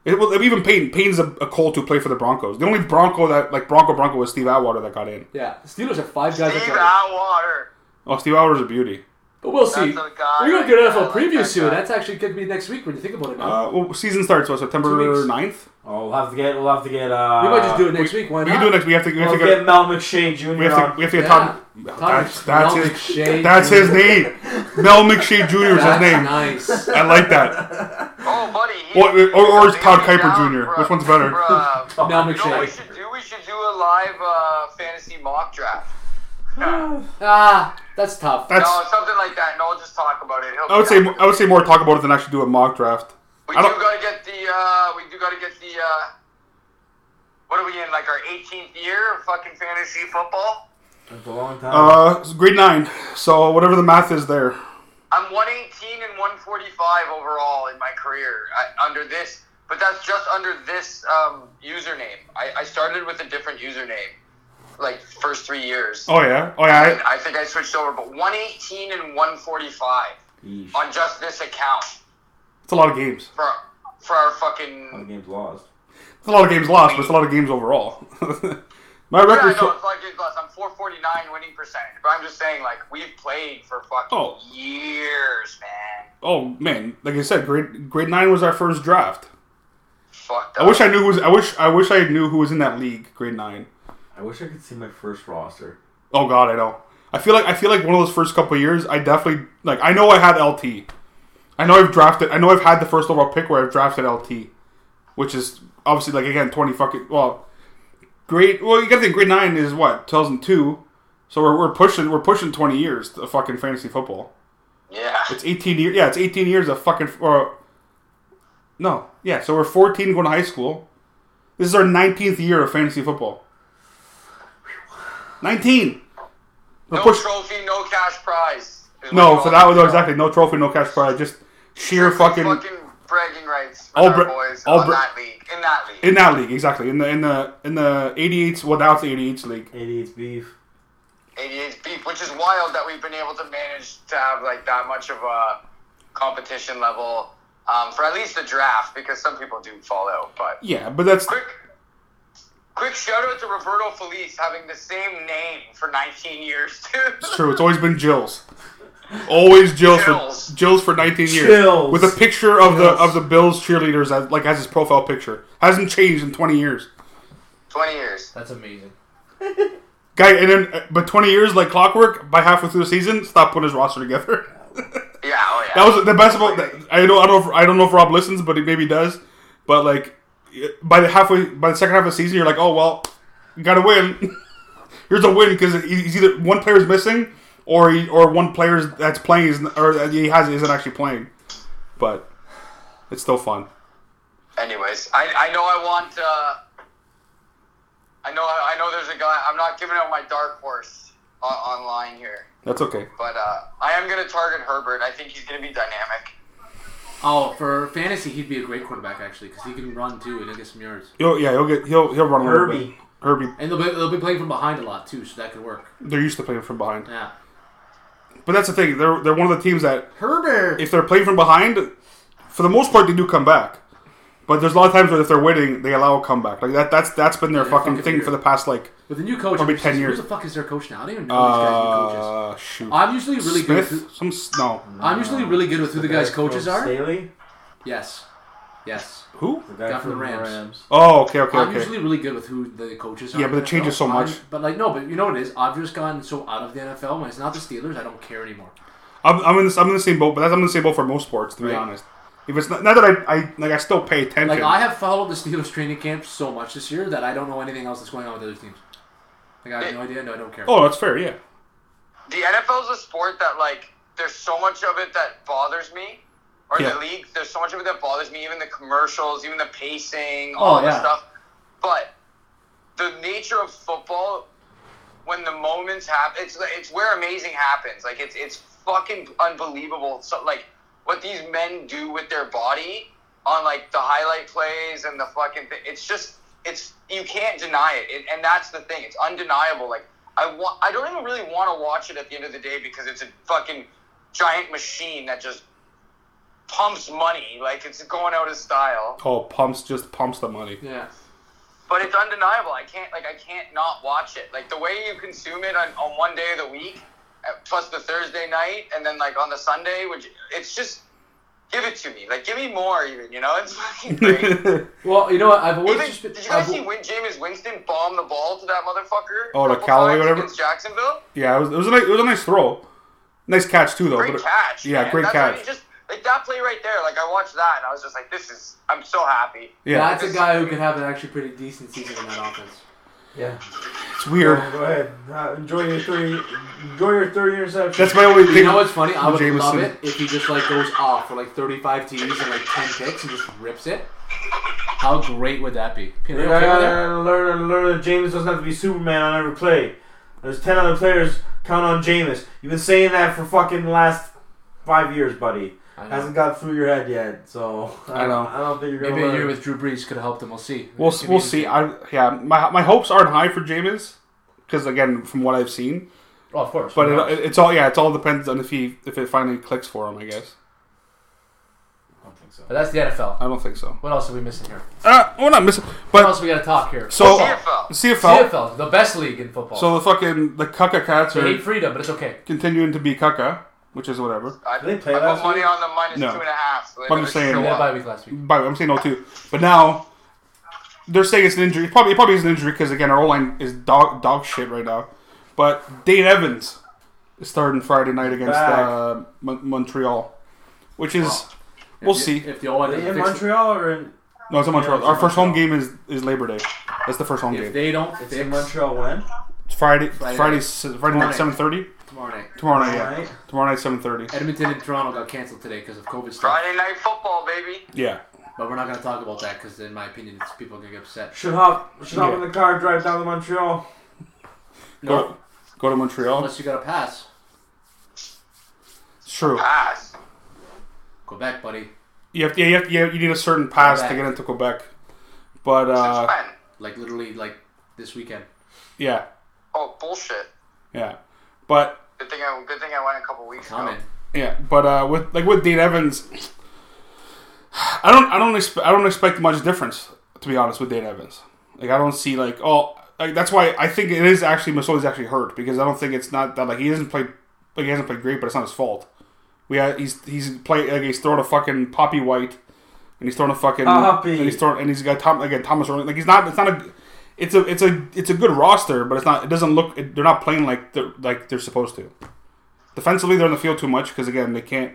[SPEAKER 3] It, well, even Payton Payton's a, a Colt who played for the Broncos. The only Bronco that like Bronco Bronco was Steve Atwater that got in.
[SPEAKER 5] Yeah, the Steelers have five guys. that
[SPEAKER 4] Steve
[SPEAKER 5] got it.
[SPEAKER 4] Atwater.
[SPEAKER 3] Oh, Steve Atwater's a beauty.
[SPEAKER 5] But we'll see.
[SPEAKER 4] That's a guy.
[SPEAKER 5] We're gonna get an NFL
[SPEAKER 4] I like
[SPEAKER 5] preview
[SPEAKER 4] that
[SPEAKER 5] soon.
[SPEAKER 4] guy.
[SPEAKER 5] That's actually gonna be next week when you think about it. Now.
[SPEAKER 3] Uh, well, season starts what
[SPEAKER 5] Two
[SPEAKER 3] September
[SPEAKER 5] weeks.
[SPEAKER 3] 9th?
[SPEAKER 2] Oh, we'll have to get. We'll have to get. Uh,
[SPEAKER 5] we might just do it next week. Why
[SPEAKER 3] We can
[SPEAKER 5] not?
[SPEAKER 3] do it next. We have to. We have
[SPEAKER 2] We'll
[SPEAKER 3] to get.
[SPEAKER 2] get Mel McShay Jr.
[SPEAKER 3] We have to. We have to get
[SPEAKER 5] Yeah.
[SPEAKER 3] Todd.
[SPEAKER 5] Todd
[SPEAKER 3] That's,
[SPEAKER 5] Mc-
[SPEAKER 3] that's
[SPEAKER 5] Mel
[SPEAKER 3] his.
[SPEAKER 5] McShay
[SPEAKER 3] That's his
[SPEAKER 5] Jr.
[SPEAKER 3] name. Mel McShay Jr. is his
[SPEAKER 5] That's
[SPEAKER 3] name.
[SPEAKER 5] nice.
[SPEAKER 3] I like that.
[SPEAKER 4] Oh, buddy. he-
[SPEAKER 3] Or, or, or is Todd
[SPEAKER 4] he's
[SPEAKER 3] Kuiper
[SPEAKER 4] down,
[SPEAKER 3] Jr.
[SPEAKER 4] bruh.
[SPEAKER 3] Which one's better?
[SPEAKER 4] Bruh. You
[SPEAKER 5] Mel
[SPEAKER 4] know what we
[SPEAKER 5] McShay.
[SPEAKER 4] should do? We should do a live uh, fantasy mock draft.
[SPEAKER 5] Ah, that's tough.
[SPEAKER 3] That's.
[SPEAKER 4] No, something like that. No, we'll just talk about it. He'll
[SPEAKER 3] I would
[SPEAKER 4] be
[SPEAKER 3] say.
[SPEAKER 4] happy.
[SPEAKER 3] I would say more talk about it than actually do a mock draft.
[SPEAKER 4] we
[SPEAKER 3] I
[SPEAKER 4] do
[SPEAKER 3] don't.
[SPEAKER 4] gotta get the. Uh, we do gotta get the. Uh, what are we in? Like our 18th year of fucking fantasy football.
[SPEAKER 2] It's a long time.
[SPEAKER 3] Uh, it's grade nine. So whatever the math is there.
[SPEAKER 4] I'm 118 and 145 overall in my career. I, uh, under this but that's just under this um, username. I, I started with a different username, like first three years.
[SPEAKER 3] Oh yeah, oh yeah.
[SPEAKER 4] And I think I switched over, but 118 and 145
[SPEAKER 2] Yeesh.
[SPEAKER 4] on just this account
[SPEAKER 3] It's a lot of games.
[SPEAKER 4] for for our
[SPEAKER 2] How the
[SPEAKER 4] fucking.
[SPEAKER 2] game's lost.
[SPEAKER 3] It's a lot of games lost, but it's a lot of games overall. My
[SPEAKER 4] Yeah, I
[SPEAKER 3] record.
[SPEAKER 4] know it's like it's less. I'm 449 winning percentage, but I'm just saying like we've played for fucking
[SPEAKER 3] Oh.
[SPEAKER 4] years, man.
[SPEAKER 3] oh man, like I said, grade grade nine was our first draft.
[SPEAKER 4] Fucked
[SPEAKER 3] I
[SPEAKER 4] up.
[SPEAKER 3] wish I knew who was. I wish I wish I knew who was in that league. Grade nine.
[SPEAKER 2] I wish I could see my first roster.
[SPEAKER 3] Oh god, I know. I feel like I feel like one of those first couple years. I definitely like. I know I had LT. I know I've drafted. I know I've had the first overall pick where I've drafted LT, which is obviously like again twenty fucking well. Grade well, you got to think grade nine is what two thousand two. So we're, we're pushing we're pushing twenty years to fucking fantasy football.
[SPEAKER 4] Yeah.
[SPEAKER 3] It's eighteen years. Yeah, it's eighteen years of fucking. Or, no, yeah. So we're fourteen going to high school. This is our nineteenth year of fantasy football. Nineteen. We're
[SPEAKER 4] No
[SPEAKER 3] push-
[SPEAKER 4] trophy, no cash prize. is what
[SPEAKER 3] no,
[SPEAKER 4] you
[SPEAKER 3] so
[SPEAKER 4] all
[SPEAKER 3] that was
[SPEAKER 4] need to know.
[SPEAKER 3] exactly no trophy, no cash prize, just sheer fucking,
[SPEAKER 4] bragging rights. For
[SPEAKER 3] All
[SPEAKER 4] all
[SPEAKER 3] bra-
[SPEAKER 4] boys
[SPEAKER 3] all
[SPEAKER 4] on
[SPEAKER 3] bra-
[SPEAKER 4] that league. In that league.
[SPEAKER 3] in that league exactly in the in the in the eighty eights. Well, now it's the eighty eights league.
[SPEAKER 2] 88's beef.
[SPEAKER 4] 88's beef, which is wild that we've been able to manage to have like that much of a competition level um, for at least the draft, because some people do fall out. But
[SPEAKER 3] Yeah, but that's
[SPEAKER 4] quick, quick shout out to Roberto Felice having the same name for 19 years, dude.
[SPEAKER 3] true. It's always been Jill's. Always Jill's
[SPEAKER 4] Jill's.
[SPEAKER 3] for Jill's for nineteen years
[SPEAKER 2] Jill's.
[SPEAKER 3] with a picture of the of the Bills cheerleaders as like as his profile picture hasn't changed in twenty years.
[SPEAKER 4] 20 years.
[SPEAKER 6] That's amazing.
[SPEAKER 3] Guy, and then but twenty years like clockwork. By halfway through the season, stop putting his roster together.
[SPEAKER 4] Yeah, oh yeah.
[SPEAKER 3] That was the best about that. I don't, I don't, know if- I don't know if Rob listens, but he maybe does. But like, by the halfway, by the second half of the season, you're like, oh well, got to win. Here's a win because he's either one player's missing or he, or one player that's playing is or that he has isn't actually playing. But it's still fun.
[SPEAKER 4] Anyways, I, I know I want. Uh, I know I know there's a guy. I'm not giving out my dark horse on, online here,
[SPEAKER 3] That's okay.
[SPEAKER 4] but uh, I am going to target Herbert. I think he's going to be dynamic.
[SPEAKER 5] Oh, for fantasy, he'd be a great quarterback actually because he can run too and he'll get some yards.
[SPEAKER 3] He'll, yeah, he'll get he'll he'll run a little
[SPEAKER 2] Herbie.
[SPEAKER 3] bit. Herbie,
[SPEAKER 5] And they'll be, they'll be playing from behind a lot too, so that could work.
[SPEAKER 3] they're used to playing from behind,
[SPEAKER 5] Yeah.
[SPEAKER 3] but that's the thing. They're they're one of the teams that
[SPEAKER 5] Herbert.
[SPEAKER 3] if they're playing from behind, for the most part they do come back. But there's a lot of times where if they're winning, they allow a comeback. Like that that's that's been their
[SPEAKER 5] Yeah,
[SPEAKER 3] fucking
[SPEAKER 5] fucking
[SPEAKER 3] thing
[SPEAKER 5] weird.
[SPEAKER 3] for the past like
[SPEAKER 5] With the new coach,
[SPEAKER 3] Probably
[SPEAKER 5] I'm
[SPEAKER 3] 10
[SPEAKER 5] just-
[SPEAKER 3] years.
[SPEAKER 5] Who the fuck is their coach now? I don't even know these guys' new
[SPEAKER 3] uh
[SPEAKER 5] coaches.
[SPEAKER 3] shoot.
[SPEAKER 5] I'm usually really
[SPEAKER 3] Smith?
[SPEAKER 5] good. With,
[SPEAKER 3] Some s- no.
[SPEAKER 5] I'm usually really good with who the guys'
[SPEAKER 2] guy
[SPEAKER 5] coaches
[SPEAKER 2] from
[SPEAKER 5] are.
[SPEAKER 2] Staley?
[SPEAKER 5] Yes, yes.
[SPEAKER 3] Who?
[SPEAKER 2] The guy
[SPEAKER 5] Guy from
[SPEAKER 2] from
[SPEAKER 5] the
[SPEAKER 2] the
[SPEAKER 5] Rams.
[SPEAKER 2] Rams.
[SPEAKER 3] Oh, okay, okay,
[SPEAKER 5] I'm
[SPEAKER 3] okay.
[SPEAKER 5] usually really good with who the coaches are.
[SPEAKER 3] Yeah, but
[SPEAKER 5] in
[SPEAKER 3] it changes
[SPEAKER 5] NFL.
[SPEAKER 3] so much.
[SPEAKER 5] I'm- but like, no, but you know what it is? I've just gotten so out of the NFL. When it's not the Steelers, I don't care anymore.
[SPEAKER 3] I'm, I'm in this, I'm in the same boat, but that's I'm in the same boat for most sports, to be
[SPEAKER 5] Right.
[SPEAKER 3] honest. If it's not, not that I, I like I still pay attention.
[SPEAKER 5] Like, I have followed the Steelers training camp so much this year that I don't know anything else that's going on with other teams. Like, I have no idea. No, I don't care.
[SPEAKER 3] oh, that's fair, yeah.
[SPEAKER 4] The NFL is a sport that like there's so much of it that bothers me, or
[SPEAKER 3] Yeah.
[SPEAKER 4] the league. There's so much of it that bothers me. Even the commercials, even the pacing,
[SPEAKER 5] Oh,
[SPEAKER 4] all the
[SPEAKER 5] yeah.
[SPEAKER 4] stuff. But the nature of football, when the moments happen, it's it's where amazing happens. Like it's it's fucking unbelievable. So like what these men do with their body on like the highlight plays and the fucking thing. It's just it's you can't deny it. it, and that's the thing. It's undeniable. Like I want, I don't even really want to watch it at the end of the day because it's a fucking giant machine that just pumps money like it's going out of style.
[SPEAKER 3] Oh, pumps just pumps the money.
[SPEAKER 5] Yeah.
[SPEAKER 4] But it's undeniable. I can't like I can't not watch it. Like the way you consume it on, on one day of the week, uh, plus the Thursday night, and then like on the Sunday, which it's just give it to me. Like give me more. Even you know it's fucking great.
[SPEAKER 5] Well, you know what? I've always
[SPEAKER 4] Even,
[SPEAKER 5] just been.
[SPEAKER 4] did you guys
[SPEAKER 5] I've-
[SPEAKER 4] see Win James Winston bomb the ball to that motherfucker?
[SPEAKER 3] Oh, to
[SPEAKER 4] couple
[SPEAKER 3] Callaway or
[SPEAKER 4] times
[SPEAKER 3] whatever?
[SPEAKER 4] Against Jacksonville,
[SPEAKER 3] yeah, it was, it was a nice, it was a nice throw, nice catch too though.
[SPEAKER 4] great
[SPEAKER 3] but it-
[SPEAKER 4] catch.
[SPEAKER 3] Yeah,
[SPEAKER 4] man.
[SPEAKER 3] great
[SPEAKER 4] That's what
[SPEAKER 3] catch.
[SPEAKER 4] he Just like that play right there. Like I watched that and I was just like, this is. I'm so happy.
[SPEAKER 3] yeah,
[SPEAKER 5] That's a guy who could have an actually pretty decent season in that offense.
[SPEAKER 2] Yeah.
[SPEAKER 3] it's weird.
[SPEAKER 2] Go ahead. Uh, enjoy your three. Enjoy your third interception.
[SPEAKER 3] That's my only thing.
[SPEAKER 5] You know what's funny? I would
[SPEAKER 3] Jameson.
[SPEAKER 5] love it if he just like goes off for like 35 TDs and like 10 picks and just rips it. How great would that be? Peter,
[SPEAKER 2] Yeah,
[SPEAKER 5] you okay with that?
[SPEAKER 2] yeah, learn, learn that Jameis doesn't have to be Superman on every play. There's ten other players count on Jameis. You've been saying that for fucking last five years, buddy.
[SPEAKER 5] I know.
[SPEAKER 2] hasn't got through your head yet. So I
[SPEAKER 3] I know.
[SPEAKER 2] don't, I don't think you're gonna.
[SPEAKER 5] Maybe a
[SPEAKER 2] learn.
[SPEAKER 5] year with Drew Brees could have helped him. We'll see.
[SPEAKER 3] We'll
[SPEAKER 5] Maybe
[SPEAKER 3] we'll
[SPEAKER 5] he's-
[SPEAKER 3] see. I yeah, my my hopes aren't high for Jameis because again, from what I've seen,
[SPEAKER 6] Oh, of course. who
[SPEAKER 3] but
[SPEAKER 6] knows?
[SPEAKER 3] it, it's all yeah, it's all depends on if he if it finally clicks for him. I guess
[SPEAKER 7] I don't think so.
[SPEAKER 6] but that's the NFL.
[SPEAKER 3] I don't think so.
[SPEAKER 6] What else are we missing here?
[SPEAKER 3] Uh, we're not missing,
[SPEAKER 6] What
[SPEAKER 3] but
[SPEAKER 6] else we got to talk here?
[SPEAKER 3] so
[SPEAKER 4] CFL.
[SPEAKER 3] CFL.
[SPEAKER 6] CFL, the best league in football.
[SPEAKER 3] So the fucking the Kaka cats
[SPEAKER 6] they
[SPEAKER 3] are
[SPEAKER 6] hate freedom, but it's okay.
[SPEAKER 3] continuing to be Kaka, which is whatever.
[SPEAKER 4] I,
[SPEAKER 2] Did they play
[SPEAKER 4] I
[SPEAKER 2] last
[SPEAKER 4] put money
[SPEAKER 2] week?
[SPEAKER 4] on the minus
[SPEAKER 3] No.
[SPEAKER 4] two and a half. So they
[SPEAKER 3] I'm
[SPEAKER 4] better
[SPEAKER 3] just saying-
[SPEAKER 4] show
[SPEAKER 6] They had a
[SPEAKER 4] up.
[SPEAKER 6] bye week last week.
[SPEAKER 3] But I'm saying no too. But now they're saying it's an injury. It probably it probably is an injury because again our O line is dog dog shit right now. But Dane Evans is starting Friday night against
[SPEAKER 2] Back.
[SPEAKER 3] uh, Mon- Montreal, which is we'll
[SPEAKER 5] if-
[SPEAKER 3] see.
[SPEAKER 5] if the O line
[SPEAKER 2] Are they
[SPEAKER 5] doesn't
[SPEAKER 2] in
[SPEAKER 5] fix it-
[SPEAKER 2] Montreal or in,
[SPEAKER 3] No, it's in Montreal.
[SPEAKER 2] it's
[SPEAKER 3] our
[SPEAKER 2] in
[SPEAKER 3] first home
[SPEAKER 2] Montreal.
[SPEAKER 3] game is is Labor Day. That's the first home
[SPEAKER 5] if
[SPEAKER 3] game.
[SPEAKER 5] they don't
[SPEAKER 2] it's in
[SPEAKER 5] fix
[SPEAKER 2] Montreal? When?
[SPEAKER 3] It's Friday,
[SPEAKER 5] Friday.
[SPEAKER 3] Friday, Friday, Friday night,
[SPEAKER 5] Tomorrow
[SPEAKER 3] seven thirty.
[SPEAKER 5] tomorrow night,
[SPEAKER 3] Tomorrow night,
[SPEAKER 2] Tomorrow
[SPEAKER 3] yeah.
[SPEAKER 2] night?
[SPEAKER 3] Tomorrow night, seven thirty.
[SPEAKER 5] Edmonton and Toronto got canceled today because of COVID stuff.
[SPEAKER 4] Friday night football, baby.
[SPEAKER 3] Yeah.
[SPEAKER 5] But we're not going to talk about that because, in my opinion, it's, people are going to get upset.
[SPEAKER 2] Should hop. Should hop
[SPEAKER 3] Yeah.
[SPEAKER 2] in the car, drive down to Montreal.
[SPEAKER 3] Go, go to Montreal.
[SPEAKER 5] Unless you got a pass,
[SPEAKER 3] It's true.
[SPEAKER 4] Pass.
[SPEAKER 5] go back, buddy.
[SPEAKER 3] You have, yeah, you, have, you, have, you need a certain pass to
[SPEAKER 5] Quebec.
[SPEAKER 3] get into Quebec. But uh,
[SPEAKER 4] When?
[SPEAKER 5] Like literally, like this weekend.
[SPEAKER 3] yeah,
[SPEAKER 4] Oh bullshit.
[SPEAKER 3] yeah, but
[SPEAKER 4] Good thing I good thing I went a couple weeks ago.
[SPEAKER 5] Comment.
[SPEAKER 3] yeah, but uh, with like with Dane Evans, I don't I don't expect I don't expect much difference to be honest with Dane Evans. Like I don't see like oh like, that's why I think it is actually Masoli's actually hurt because I don't think it's not that like he doesn't play like he hasn't played great, but it's not his fault. We had, he's he's playing like he's throwing a fucking Poppy White, and he's throwing a fucking
[SPEAKER 2] Poppy.
[SPEAKER 3] and he's throwing and he's got Tom like a Thomas Erling. like he's not it's not a it's a it's a it's a good roster, but it's not it doesn't look it, they're not playing like they're like they're supposed to. Defensively, they're on the field too much because again they can't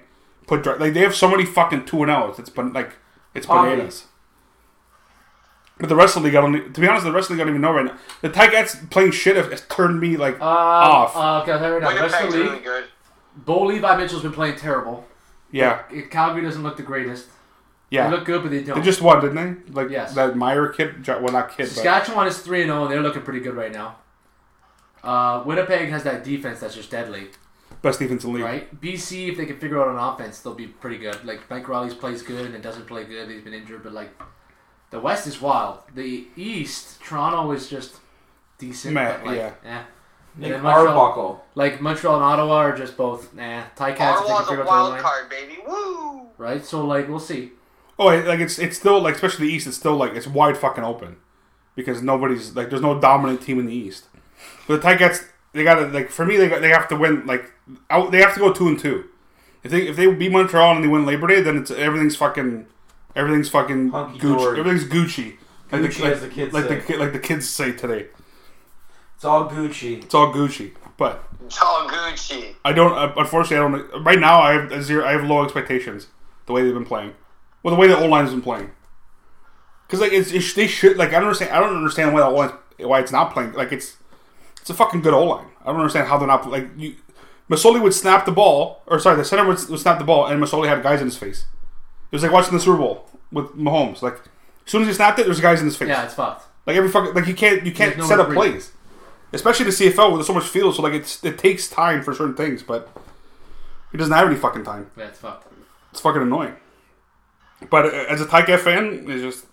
[SPEAKER 3] put dri- like they have so many fucking two and outs. It's been like it's
[SPEAKER 2] Poppy.
[SPEAKER 3] bananas. But the rest of the league, I don't. e, To be honest, the rest of the league, I don't even know right now. The Ticats playing shit has, has turned me like
[SPEAKER 5] Um,
[SPEAKER 6] Uh,
[SPEAKER 3] off.
[SPEAKER 6] Uh, okay, I'll tell you right now. the Rest of
[SPEAKER 4] Winnipeg's
[SPEAKER 6] the
[SPEAKER 4] really
[SPEAKER 6] league.
[SPEAKER 4] good.
[SPEAKER 5] Bo Levi Mitchell's been playing terrible.
[SPEAKER 3] yeah,
[SPEAKER 5] It- Calgary doesn't look the greatest.
[SPEAKER 3] yeah.
[SPEAKER 5] They look good, but they don't.
[SPEAKER 3] They just won, didn't they? Like
[SPEAKER 5] Yes.
[SPEAKER 3] that Meyer kid. jo- Well, not kid, but
[SPEAKER 5] Saskatchewan is 3 0, and they're looking pretty good right now. Uh, Winnipeg has that defense that's just deadly,
[SPEAKER 3] best defense in the league.
[SPEAKER 5] right? BC, if they can figure out an offense, they'll be pretty good. Like, Mike Riley's plays good and it doesn't play good. He's been injured, but, like, the West is wild. The East, Toronto is just decent.
[SPEAKER 3] Meh,
[SPEAKER 5] but, like,
[SPEAKER 3] yeah.
[SPEAKER 5] eh. And
[SPEAKER 2] Nick
[SPEAKER 5] then Montreal,
[SPEAKER 2] Arbuckle.
[SPEAKER 5] like, Montreal and Ottawa are just both, eh, nah. Ticats, if they can
[SPEAKER 4] Ottawa's
[SPEAKER 5] figure
[SPEAKER 4] a
[SPEAKER 5] out their
[SPEAKER 4] wild
[SPEAKER 5] line,
[SPEAKER 4] card, baby. Woo!
[SPEAKER 5] right? So, like, we'll see.
[SPEAKER 3] Oh, it- like it's it's still like especially the East. It's still like it's wide fucking open because nobody's like there's no dominant team in the East. But the Ticats, they got to like for me they got, they have to win like out, they have to go two and two. If they if they beat Montreal and they win Labor Day, then it's everything's fucking everything's fucking
[SPEAKER 2] Hunky
[SPEAKER 3] Gucci.
[SPEAKER 2] dory.
[SPEAKER 3] Everything's Gucci. Like
[SPEAKER 2] Gucci,
[SPEAKER 3] the, like,
[SPEAKER 2] as the kids
[SPEAKER 3] like
[SPEAKER 2] say.
[SPEAKER 3] the ki- like the kids say today.
[SPEAKER 2] It's all Gucci.
[SPEAKER 3] It's all Gucci, but.
[SPEAKER 4] It's all Gucci.
[SPEAKER 3] I don't. Uh, unfortunately, I don't. Right now, I have a zero. I have low expectations. The way they've been playing, well, the way the O line's been playing. Because like it's, it's they should like I don't understand. I don't understand why the O line why it's not playing. Like it's it's a fucking good O line. I don't understand how they're not like you. Masoli would snap the ball, or sorry, the center would, would snap the ball, and Masoli had guys in his face. It was like watching the Super Bowl with Mahomes. Like as soon as he snapped it, there's guys in his face.
[SPEAKER 5] Yeah, it's fucked.
[SPEAKER 3] Like every fucking like you can't you can't
[SPEAKER 5] There's no
[SPEAKER 3] set up
[SPEAKER 5] reprieve.
[SPEAKER 3] plays, especially the CFL where there's so much field. So like it's it takes time for certain things, but he doesn't have any fucking time.
[SPEAKER 5] Yeah, it's fucked.
[SPEAKER 3] It's fucking annoying. But uh, as a Tyke fan, it's just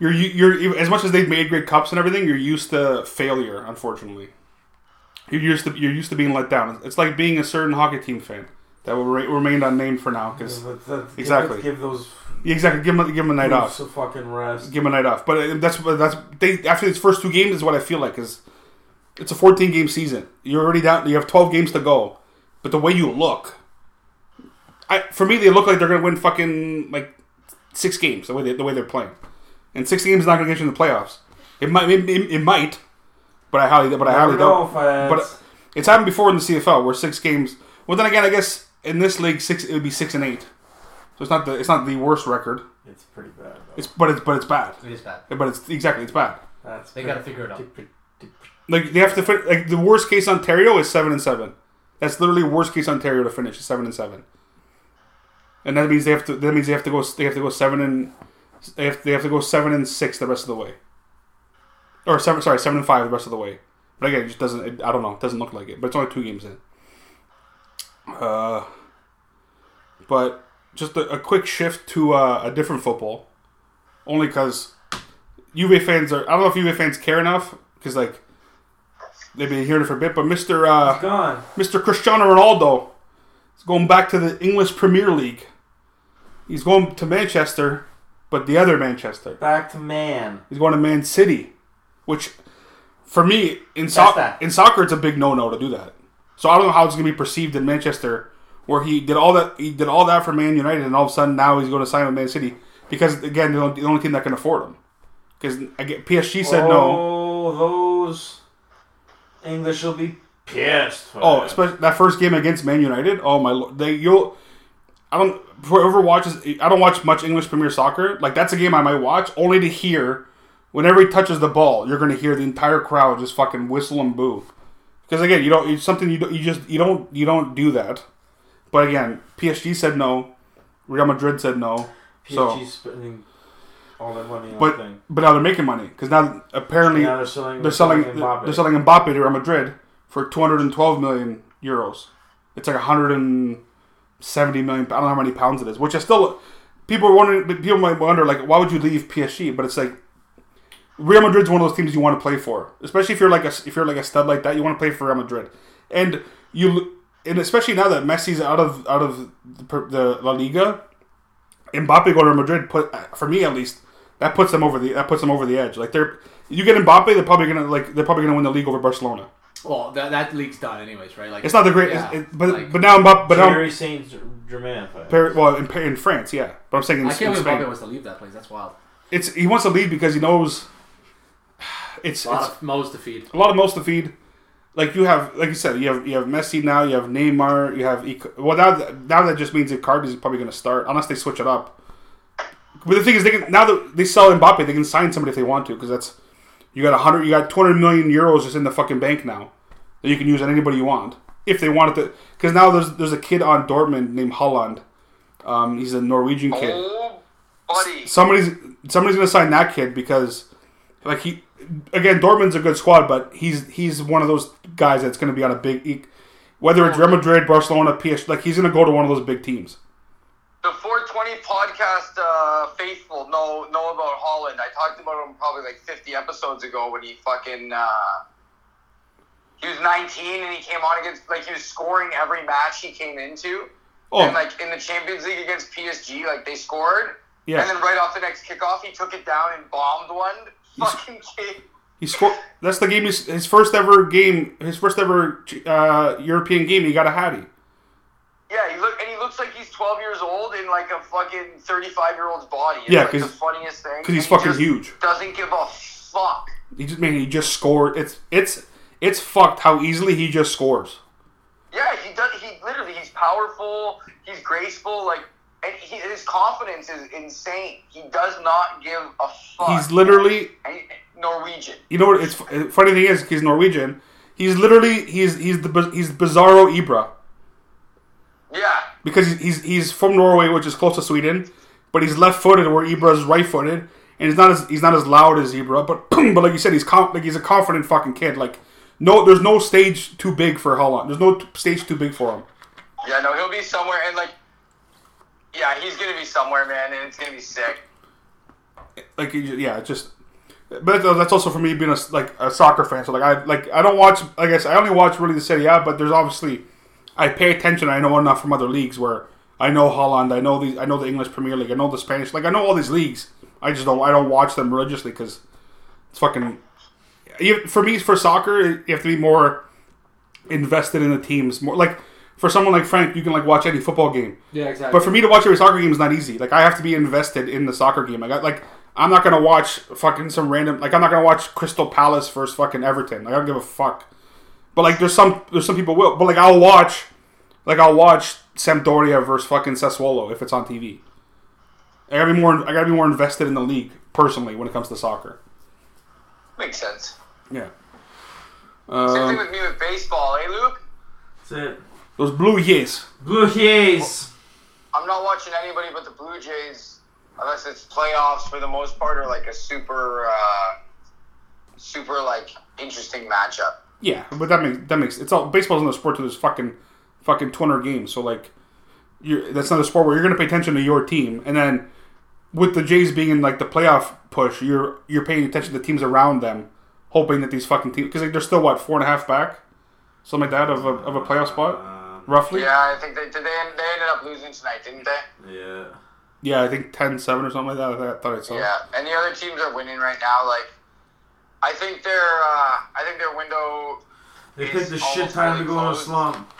[SPEAKER 3] you're you- you're as much as they've made great cups and everything, you're used to failure. Unfortunately, you're used to you're used to being let down. It's like being a certain hockey team fan that will re- remain unnamed for now because
[SPEAKER 2] But that-
[SPEAKER 3] Exactly.
[SPEAKER 2] Give, give those
[SPEAKER 3] exactly give him give him a night off.
[SPEAKER 2] moves a fucking rest.
[SPEAKER 3] give him a night off. But uh, that's but that's they after these first two games is what I feel like is it's a 14 game season. You're already down. You have 12 games to go. But the way you look, I for me they look like they're gonna win fucking like six games the way they, the way they're playing, and six games is not gonna get you in the playoffs. It might it, it, it might, but I highly but I
[SPEAKER 2] I
[SPEAKER 3] highly
[SPEAKER 2] don't know
[SPEAKER 3] don't.
[SPEAKER 2] if I.
[SPEAKER 3] But it's happened before in the CFL where six games. Well, then again, I guess in this league six it would be six and eight. So it's not the it's not the worst record.
[SPEAKER 2] it's pretty bad. Though.
[SPEAKER 3] It's but it's but it's bad.
[SPEAKER 6] It is bad.
[SPEAKER 3] But it's exactly it's bad.
[SPEAKER 2] That's
[SPEAKER 6] They got to figure it out.
[SPEAKER 2] pretty-
[SPEAKER 3] Like they have to fin- like the worst case Ontario is seven and seven. That's literally worst case Ontario to finish is seven and seven. And that means they have to. That means they have to go. They have to go seven and they have, they have to go seven and six the rest of the way. Or seven. Sorry, seven and five the rest of the way. But again, it just doesn't. It, I don't know. It doesn't look like it. But it's only two games in. Uh, But just a, a quick shift to uh, a different football, only because UVA fans are. I don't know if UVA fans care enough because like they've been hearing it for a bit. But Mister uh,
[SPEAKER 2] Gone.
[SPEAKER 3] Mr. Cristiano Ronaldo is going back to the English Premier League. He's going to Manchester, but the other Manchester.
[SPEAKER 2] Back to man.
[SPEAKER 3] He's going to Man City, which for me in,
[SPEAKER 2] That's
[SPEAKER 3] so-
[SPEAKER 2] that.
[SPEAKER 3] in soccer it's a big no-no to do that. So I don't know how it's going to be perceived in Manchester, where he did all that. He did all that for Man United, and all of a sudden now he's going to sign with Man City because again they're the only team that can afford him. Because PSG said no.
[SPEAKER 2] Oh, those English will be pissed.
[SPEAKER 3] Oh, especially that first game against Man United. Oh my lord! They you'll. I don't. Whoever watches, I don't watch much English Premier Soccer. Like that's a game I might watch only to hear. Whenever he touches the ball, you're going to hear the entire crowd just fucking whistle and boo. Because again, you don't. It's something you don't. You just you don't you don't do that. But again, PSG said no. Real Madrid said no.
[SPEAKER 2] PSG
[SPEAKER 3] So,
[SPEAKER 2] spending all their money on
[SPEAKER 3] but
[SPEAKER 2] thing.
[SPEAKER 3] but now they're making money because now apparently
[SPEAKER 2] Now they're selling.
[SPEAKER 3] they're selling
[SPEAKER 2] Mbappe.
[SPEAKER 3] they're selling Mbappe to Real Madrid for 212 million euros. It's like 170 million. I don't know how many pounds it is, which I still people are wondering. People might wonder like, why would you leave PSG? But it's like Real Madrid's one of those teams you want to play for, especially if you're like a if you're like a stud like that. You want to play for Real Madrid, and you and especially now that Messi's out of out of the, per- the La Liga, Mbappe going to Madrid put for me at least that puts them over the that puts them over the edge. Like they're you get Mbappe, they're probably gonna like they're probably gonna win the league over Barcelona.
[SPEAKER 5] Well, that, that league's done anyways, right? Like
[SPEAKER 3] It's not the great,
[SPEAKER 5] Yeah,
[SPEAKER 3] it- but
[SPEAKER 5] like-
[SPEAKER 3] but now Mbappe, but now
[SPEAKER 2] Jerry Saint Germain.
[SPEAKER 3] Par- well in, Pa- in France, yeah. But I'm saying in,
[SPEAKER 5] I can't
[SPEAKER 3] in
[SPEAKER 5] believe
[SPEAKER 3] Spain.
[SPEAKER 5] Bobby wants to leave that place. That's wild.
[SPEAKER 3] it's he wants to leave because he knows it's
[SPEAKER 5] A lot
[SPEAKER 3] it's
[SPEAKER 5] of mouths to feed.
[SPEAKER 3] a lot of most to feed. Like you have, like you said, you have you have Messi now, you have Neymar, you have Ic- well now that, now that just means Icardi is probably going to start unless they switch it up. But the thing is, they can now that they sell Mbappe, they can sign somebody if they want to because that's you got a hundred, you got two hundred million euros just in the fucking bank now that you can use on anybody you want if they wanted to. Because now there's there's a kid on Dortmund named Holland. Um, he's a Norwegian kid
[SPEAKER 4] Oh, buddy.
[SPEAKER 3] somebody's somebody's gonna sign that kid because like he again Dortmund's a good squad, but he's he's one of those guys that's gonna be on a big he- whether it's Real Madrid, Barcelona, PS like he's gonna go to one of those big teams.
[SPEAKER 4] The 420 podcast uh, faithful know know about Holland. I talked about him probably like 50 episodes ago when he fucking uh, he was 19 and he came on against like he was scoring every match he came into.
[SPEAKER 3] Oh
[SPEAKER 4] And like in the Champions League against PSG, like they scored.
[SPEAKER 3] yeah,
[SPEAKER 4] And then right off the next kickoff, he took it down and bombed one.
[SPEAKER 3] He's-
[SPEAKER 4] Fucking kid.
[SPEAKER 3] he scored. That's the game. His, his first ever game. His first ever uh, European game. He got a hattie.
[SPEAKER 4] Yeah, he look and he looks like he's 12 years old in like a fucking 35 year old's body. It's
[SPEAKER 3] Yeah,
[SPEAKER 4] like the
[SPEAKER 3] 'cause-
[SPEAKER 4] funniest thing.
[SPEAKER 3] because he's
[SPEAKER 4] And he
[SPEAKER 3] fucking
[SPEAKER 4] just
[SPEAKER 3] huge.
[SPEAKER 4] Doesn't give a fuck.
[SPEAKER 3] He just man. He just scored. It's it's it's fucked how easily he just scores.
[SPEAKER 4] Yeah, he does. He literally, he's powerful. He's graceful. Like, and he, his confidence is insane. He does not give a fuck.
[SPEAKER 3] He's literally
[SPEAKER 4] And he- Norwegian.
[SPEAKER 3] You know what? It's funny thing is he's Norwegian. He's literally he's he's the biz- he's Bizarro Ibra
[SPEAKER 4] Yeah,
[SPEAKER 3] because he's he's, he's from Norway, which is close to Sweden, but he's left footed where Ibra's right footed, and he's not as he's not as loud as Ibra. But but like you said, he's com- like he's a confident fucking kid. Like no, there's no stage too big for Holland. There's no t- stage too big for him.
[SPEAKER 4] yeah. No, he'll be somewhere, and like, yeah, he's gonna be somewhere, man, and it's gonna be sick.
[SPEAKER 3] like you- yeah, it's just. But that's that's also for me being a s- like a soccer fan. So like I like I don't watch. Like I said, I only watch really the Serie A, but there's obviously I pay attention. I know enough from other leagues where I know Holland. I know these. I know the English Premier League. I know the Spanish. Like I know all these leagues. I just don't. I don't watch them religiously because it's fucking. you- For me, for soccer, you have to be more invested in the teams. More like for someone like Frank, you can like watch any football game.
[SPEAKER 5] Yeah, exactly.
[SPEAKER 3] But for me to watch every soccer game is not easy. Like I have to be invested in the soccer game. I got like I'm not gonna watch fucking some random like I'm not gonna watch Crystal Palace versus fucking Everton. Like I don't give a fuck. But like there's some there's some people will. But like I'll watch like I'll watch Sampdoria versus fucking Sassuolo if it's on TV. I gotta be more I gotta be more invested in the league personally when it comes to soccer.
[SPEAKER 4] Makes sense.
[SPEAKER 3] Yeah.
[SPEAKER 4] Same thing
[SPEAKER 3] Um,
[SPEAKER 4] with me with baseball, eh, Luke?
[SPEAKER 2] That's it.
[SPEAKER 3] those blue years.
[SPEAKER 2] Blue
[SPEAKER 6] Oh.
[SPEAKER 2] Jays.
[SPEAKER 4] I'm not watching anybody but the Blue Jays, unless it's playoffs for the most part, or like a super, uh, super like interesting matchup.
[SPEAKER 3] Yeah, but that makes that makes it's all baseball's in the sport too. There's fucking fucking 200 games, so like you're, that's not a sport where you're going to pay attention to your team. And then with the Jays being in like the playoff push, you're you're paying attention to teams around them, hoping that these fucking teams because like they're still what four and a half back, something like that of a, of a playoff spot, roughly.
[SPEAKER 4] Um, Yeah, I think they did. They, end- they ended up losing tonight, didn't they?
[SPEAKER 2] Yeah.
[SPEAKER 3] Yeah, I think 10-7 or something like that. I thought- I thought I saw.
[SPEAKER 4] Yeah. And the other teams are winning right now. Like, I think their uh, I think their window.
[SPEAKER 2] They
[SPEAKER 4] is
[SPEAKER 2] picked the shit
[SPEAKER 4] almost
[SPEAKER 2] time to
[SPEAKER 4] fully
[SPEAKER 2] go on a
[SPEAKER 4] closed,
[SPEAKER 2] slump.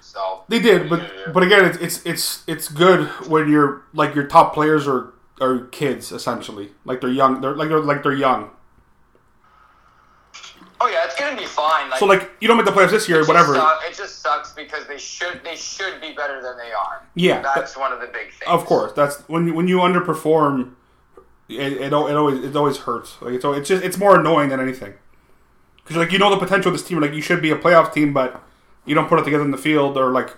[SPEAKER 4] So
[SPEAKER 3] They did, but
[SPEAKER 4] Yeah, yeah.
[SPEAKER 3] but again, it's it's it's it's good when you're like your top players are are kids essentially, like they're young, they're like they're like they're young.
[SPEAKER 4] oh yeah, it's gonna be fine. Like,
[SPEAKER 3] So like you don't make the playoffs this year,
[SPEAKER 4] it just
[SPEAKER 3] whatever.
[SPEAKER 4] suck- it just sucks because they should they should be better than they are.
[SPEAKER 3] Yeah,
[SPEAKER 4] That's one of the big things.
[SPEAKER 3] Of course, that's when you, when you underperform, it, it al- it always it always hurts. Like it's al- it's just it's more annoying than anything. Because like you know the potential of this team, like you should be a playoff team, but you don't put it together in the field or like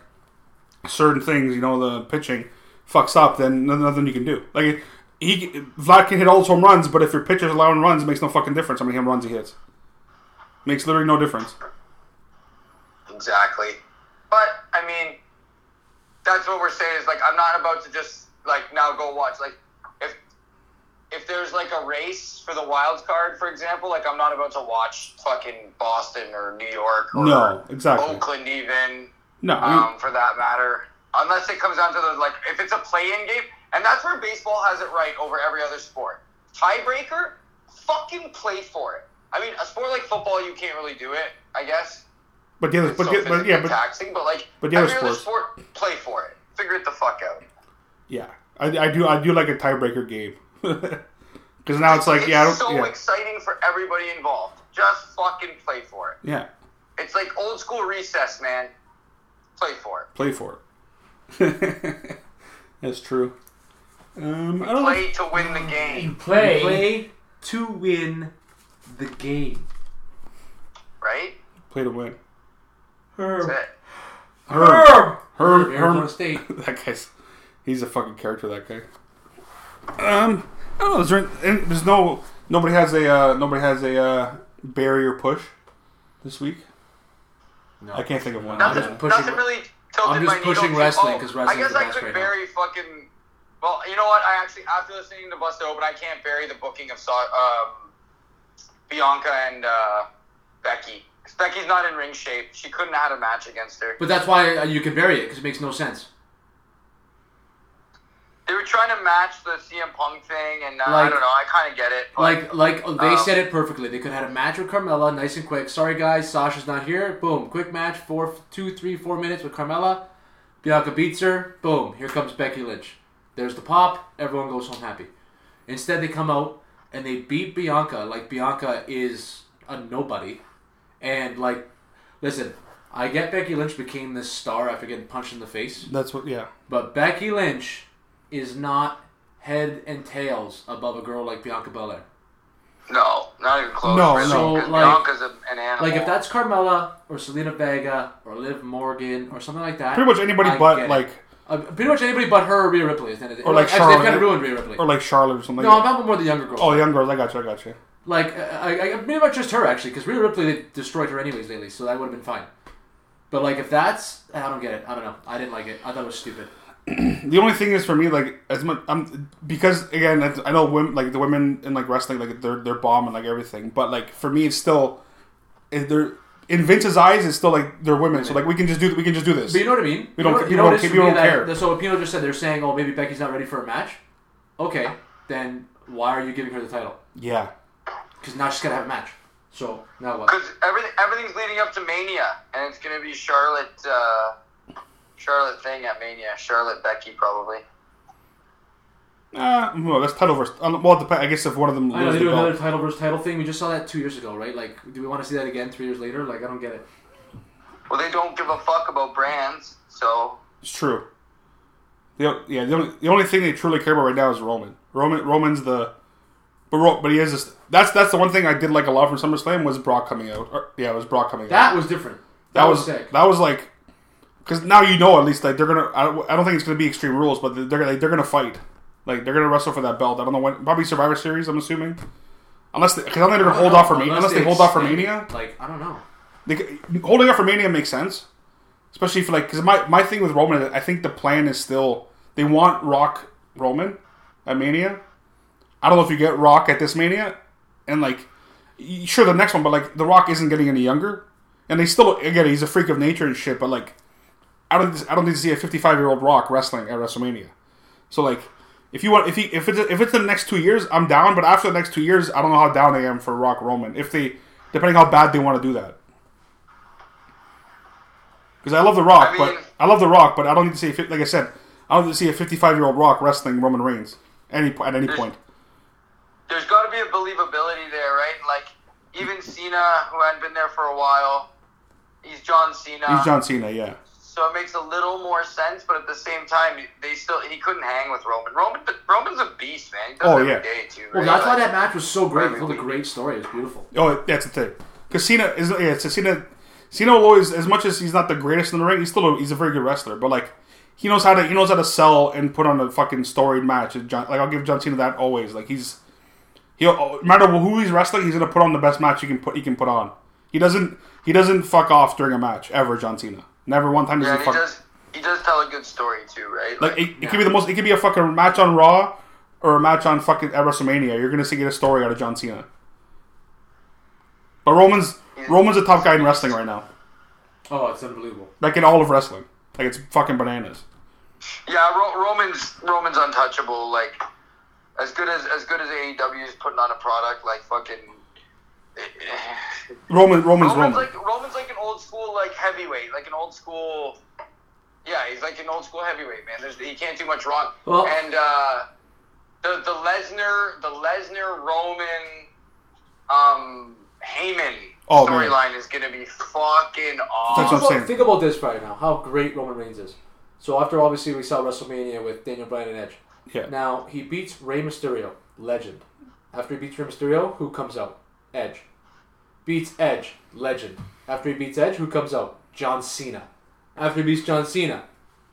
[SPEAKER 3] certain things. You know the pitching fucks up, then no- nothing you can do. Like he Vlad can hit all his home runs, but if your pitcher's allowing runs, it makes no fucking difference how many home runs he hits. Makes literally no difference.
[SPEAKER 4] Exactly. But I mean, that's what we're saying is like I'm not about to just like now go watch like if if there's like a race for the wild card, for example, like I'm not about to watch fucking Boston or New York or
[SPEAKER 3] No, exactly.
[SPEAKER 4] Oakland even
[SPEAKER 3] No, I mean-
[SPEAKER 4] Oh, um, for that matter. Unless it comes down to the like, if it's a play-in game, and that's where baseball has it right over every other sport. Tiebreaker, fucking play for it. I mean, a sport like football, you can't really do it, I guess.
[SPEAKER 3] but the other,
[SPEAKER 4] It's
[SPEAKER 3] but,
[SPEAKER 4] so
[SPEAKER 3] the- but
[SPEAKER 4] physically
[SPEAKER 3] yeah, but
[SPEAKER 4] taxing, but like,
[SPEAKER 3] but the other
[SPEAKER 4] every other sport, play for it. Figure it the fuck out.
[SPEAKER 3] Yeah, I, I do. I do like a tiebreaker game because now it's like yeah, I don't,
[SPEAKER 4] it's so
[SPEAKER 3] yeah,
[SPEAKER 4] exciting for everybody involved. Just fucking play for it.
[SPEAKER 3] yeah,
[SPEAKER 4] It's like old school recess, man. Play for it.
[SPEAKER 3] play for it. That's true. Um, I don't know.
[SPEAKER 4] Play to win the game,
[SPEAKER 6] Play.
[SPEAKER 5] Play to win the game.
[SPEAKER 4] right?
[SPEAKER 3] Play to win.
[SPEAKER 4] That's it.
[SPEAKER 3] Herm, Herm,
[SPEAKER 5] Arizona
[SPEAKER 3] Herm.
[SPEAKER 5] State.
[SPEAKER 3] That guy's he's a fucking character. That guy. Um, I don't know. Is there, and there's no nobody has a uh, nobody has a uh, barrier push this week.
[SPEAKER 5] No.
[SPEAKER 3] I can't think of one.
[SPEAKER 4] Nothing,
[SPEAKER 5] just pushing-
[SPEAKER 4] nothing really tilted
[SPEAKER 5] I'm just
[SPEAKER 4] my needle
[SPEAKER 5] pushing
[SPEAKER 4] to-
[SPEAKER 5] wrestling,
[SPEAKER 4] oh,
[SPEAKER 5] 'cause wrestling's
[SPEAKER 4] I guess
[SPEAKER 5] the
[SPEAKER 4] I
[SPEAKER 5] best
[SPEAKER 4] could
[SPEAKER 5] right now.
[SPEAKER 4] bury fucking. Well, you know what? I actually, after listening to Busted Open, I can't bury the booking of Sa- um, Bianca and uh, Becky. 'Cause Becky's not in ring shape. She couldn't have had a match against her.
[SPEAKER 5] But that's why uh, you can bury it because it makes no sense.
[SPEAKER 4] They were trying to match the CM Punk thing, and uh, I
[SPEAKER 5] Like-
[SPEAKER 4] don't know. I kind of get it. but-
[SPEAKER 5] Like, like oh, they
[SPEAKER 4] Um,
[SPEAKER 5] said it perfectly. They could have had a match with Carmella, nice and quick. Sorry guys, Sasha's not here. Boom, quick match, four, two, three, four minutes with Carmella. Bianca beats her. Boom, here comes Becky Lynch. There's the pop. Everyone goes home happy. Instead, they come out and they beat Bianca. Like Bianca is a nobody, and like, listen, I get Becky Lynch became this star after getting punched in the face.
[SPEAKER 3] That's what. Yeah.
[SPEAKER 5] But Becky Lynch is not head and tails above a girl like Bianca Belair.
[SPEAKER 4] no, not even close.
[SPEAKER 3] No,
[SPEAKER 4] really,
[SPEAKER 5] no,
[SPEAKER 4] 'cause
[SPEAKER 5] like-
[SPEAKER 4] Bianca's a, an animal.
[SPEAKER 5] Like if that's Carmella or Selena Vega or Liv Morgan or something like that.
[SPEAKER 3] Pretty much anybody
[SPEAKER 5] I
[SPEAKER 3] but
[SPEAKER 5] get it.
[SPEAKER 3] like
[SPEAKER 5] Uh, pretty much anybody but her or Rhea Ripley. Is
[SPEAKER 3] Or like
[SPEAKER 5] actually, they've
[SPEAKER 3] Charlotte.
[SPEAKER 5] kind of ruined Rhea Ripley.
[SPEAKER 3] or like Charlotte or something.
[SPEAKER 5] no, I'm talking more the younger girls.
[SPEAKER 3] oh, young girls. I got you. I got you.
[SPEAKER 5] Like uh, I, I, pretty much just her actually, because Rhea Ripley they destroyed her anyways lately, so that would have been fine. But like if that's, I don't get it. I don't know. I didn't like it. I thought it was stupid.
[SPEAKER 3] The only thing is for me, like as much, I'm because again, that's- I know women, like the women in like wrestling, like they're they're bomb and like everything. But like for me, it's still if they're in Vince's eyes, it's still like they're women. So like we can just do we can just do this.
[SPEAKER 5] But you know what I mean?
[SPEAKER 3] We don't-
[SPEAKER 5] You know-
[SPEAKER 3] people
[SPEAKER 5] you know what
[SPEAKER 3] don't-
[SPEAKER 5] it is for
[SPEAKER 3] people
[SPEAKER 5] me
[SPEAKER 3] don't
[SPEAKER 5] that-
[SPEAKER 3] care.
[SPEAKER 5] So Pino just said they're saying, "Oh, maybe Becky's not ready for a match." Okay, then why are you giving her the title?
[SPEAKER 3] Yeah,
[SPEAKER 5] Because now she's gotta have a match. So now what?
[SPEAKER 4] Because everything, everything's leading up to Mania, and it's gonna be Charlotte, uh, Charlotte thing at Mania. Charlotte Becky probably.
[SPEAKER 3] uh, well, that's title versus. uh, Well, it depends. I guess if one of them
[SPEAKER 5] I know
[SPEAKER 3] loses
[SPEAKER 5] they
[SPEAKER 3] the
[SPEAKER 5] do another
[SPEAKER 3] belt,
[SPEAKER 5] title versus title thing. We just saw that two years ago, right? Like, do we want to see that again three years later? Like, I don't get it.
[SPEAKER 4] Well, they don't give a fuck about brands, so
[SPEAKER 3] it's true. The, o- yeah, the only, the only thing they truly care about right now is Roman. Roman Roman's the, but Ro, but he is this, that's that's the one thing I did like a lot from SummerSlam was Brock coming out. Or, yeah, it was Brock coming out.
[SPEAKER 5] That was different. That,
[SPEAKER 3] that was
[SPEAKER 5] sick.
[SPEAKER 3] that was like because now you know at least like they're gonna I don't, I don't think it's gonna be extreme rules but they're gonna they're gonna fight like they're gonna wrestle for that belt I don't know when probably Survivor Series I'm assuming unless they, 'cause I don't think they're gonna hold off for Mania unless they hold off for
[SPEAKER 5] extend it.
[SPEAKER 3] Mania
[SPEAKER 5] Like, I don't know.
[SPEAKER 3] they, c- holding off for Mania makes sense Especially for like, because my my thing with Roman, is I think the plan is still they want Rock Roman at Mania. I don't know if you get Rock at this Mania, and like, y- sure the next one, but like the Rock isn't getting any younger, and they still again he's a freak of nature and shit, but like, I don't I don't need to see a fifty five year old Rock wrestling at WrestleMania. So like, if you want, if he, if it's, if it's the next two years, I'm down. But after the next two years, I don't know how down I am for Rock Roman. If they, depending how bad they want to do that. Because I love the Rock,
[SPEAKER 4] I mean-
[SPEAKER 3] but I love the Rock, but I don't need to see. if it- Like I said, I don't need to see a 55 year old Rock wrestling Roman Reigns any at any point.
[SPEAKER 4] there's got to be a believability there, right? Like even Cena, who hadn't been there for a while, he's John Cena.
[SPEAKER 3] He's John Cena, yeah.
[SPEAKER 4] So it makes a little more sense, but at the same time, they still he couldn't hang with Roman. Roman, Roman's a beast, man. He does
[SPEAKER 3] Oh,
[SPEAKER 4] it every
[SPEAKER 3] yeah.
[SPEAKER 4] day, too.
[SPEAKER 5] Well,
[SPEAKER 4] right?
[SPEAKER 5] that's why
[SPEAKER 4] Like,
[SPEAKER 5] that match was so great. It told a
[SPEAKER 4] Right.
[SPEAKER 5] great story. It was beautiful.
[SPEAKER 3] Oh, that's the thing. Because Cena is yeah, so Cena. Cena will always, as much as he's not the greatest in the ring, he's still a, he's a very good wrestler. But like, he knows how to he knows how to sell and put on a fucking storied match. And John, like I'll give John Cena that always. Like he's he'll no matter who he's wrestling, he's gonna put on the best match he can put he can put on. He doesn't he doesn't fuck off during a match ever. John Cena never one time does he
[SPEAKER 4] yeah, and he
[SPEAKER 3] fuck.
[SPEAKER 4] does. He does tell a good story too, right?
[SPEAKER 3] Like it, it could be the most. It could be a fucking match on Raw or a match on fucking at WrestleMania. You're gonna see get a story out of John Cena. But Roman's Roman's a top guy in wrestling right now.
[SPEAKER 5] Oh, it's unbelievable.
[SPEAKER 3] Like in all of wrestling, like it's fucking bananas.
[SPEAKER 4] Yeah, Ro- Roman's Roman's untouchable. Like as good as as good as AEW is putting on a product, like fucking.
[SPEAKER 3] Roman Roman's
[SPEAKER 4] Roman's
[SPEAKER 3] Roman.
[SPEAKER 4] like Roman's like an old school like heavyweight, like an old school. Yeah, he's like an old school heavyweight man. There's he can't do much wrong.
[SPEAKER 5] Well-
[SPEAKER 4] and uh, the the Lesnar the Lesnar Roman um Heyman
[SPEAKER 3] Oh, man.
[SPEAKER 4] storyline is gonna be fucking
[SPEAKER 3] That's
[SPEAKER 4] awesome.
[SPEAKER 3] what I'm
[SPEAKER 5] Think
[SPEAKER 3] saying.
[SPEAKER 5] about, think about this right now. How great Roman Reigns is. So after obviously we saw WrestleMania with Daniel Bryan and Edge.
[SPEAKER 3] Yeah.
[SPEAKER 5] Now he beats Rey Mysterio, legend. After he beats Rey Mysterio, who comes out? Edge. Beats Edge, legend. After he beats Edge, who comes out? John Cena. After he beats John Cena,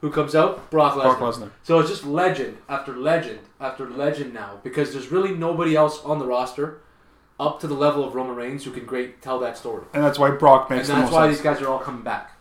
[SPEAKER 5] who comes out? Brock Lesnar.
[SPEAKER 3] Brock Lesnar.
[SPEAKER 5] So it's just legend after legend after legend now because there's really nobody else on the roster up to the level of Roman Reigns who can great tell that story.
[SPEAKER 3] and that's why Brock
[SPEAKER 5] And
[SPEAKER 3] makes the
[SPEAKER 5] that's
[SPEAKER 3] most
[SPEAKER 5] why
[SPEAKER 3] sense.
[SPEAKER 5] these guys are all coming back.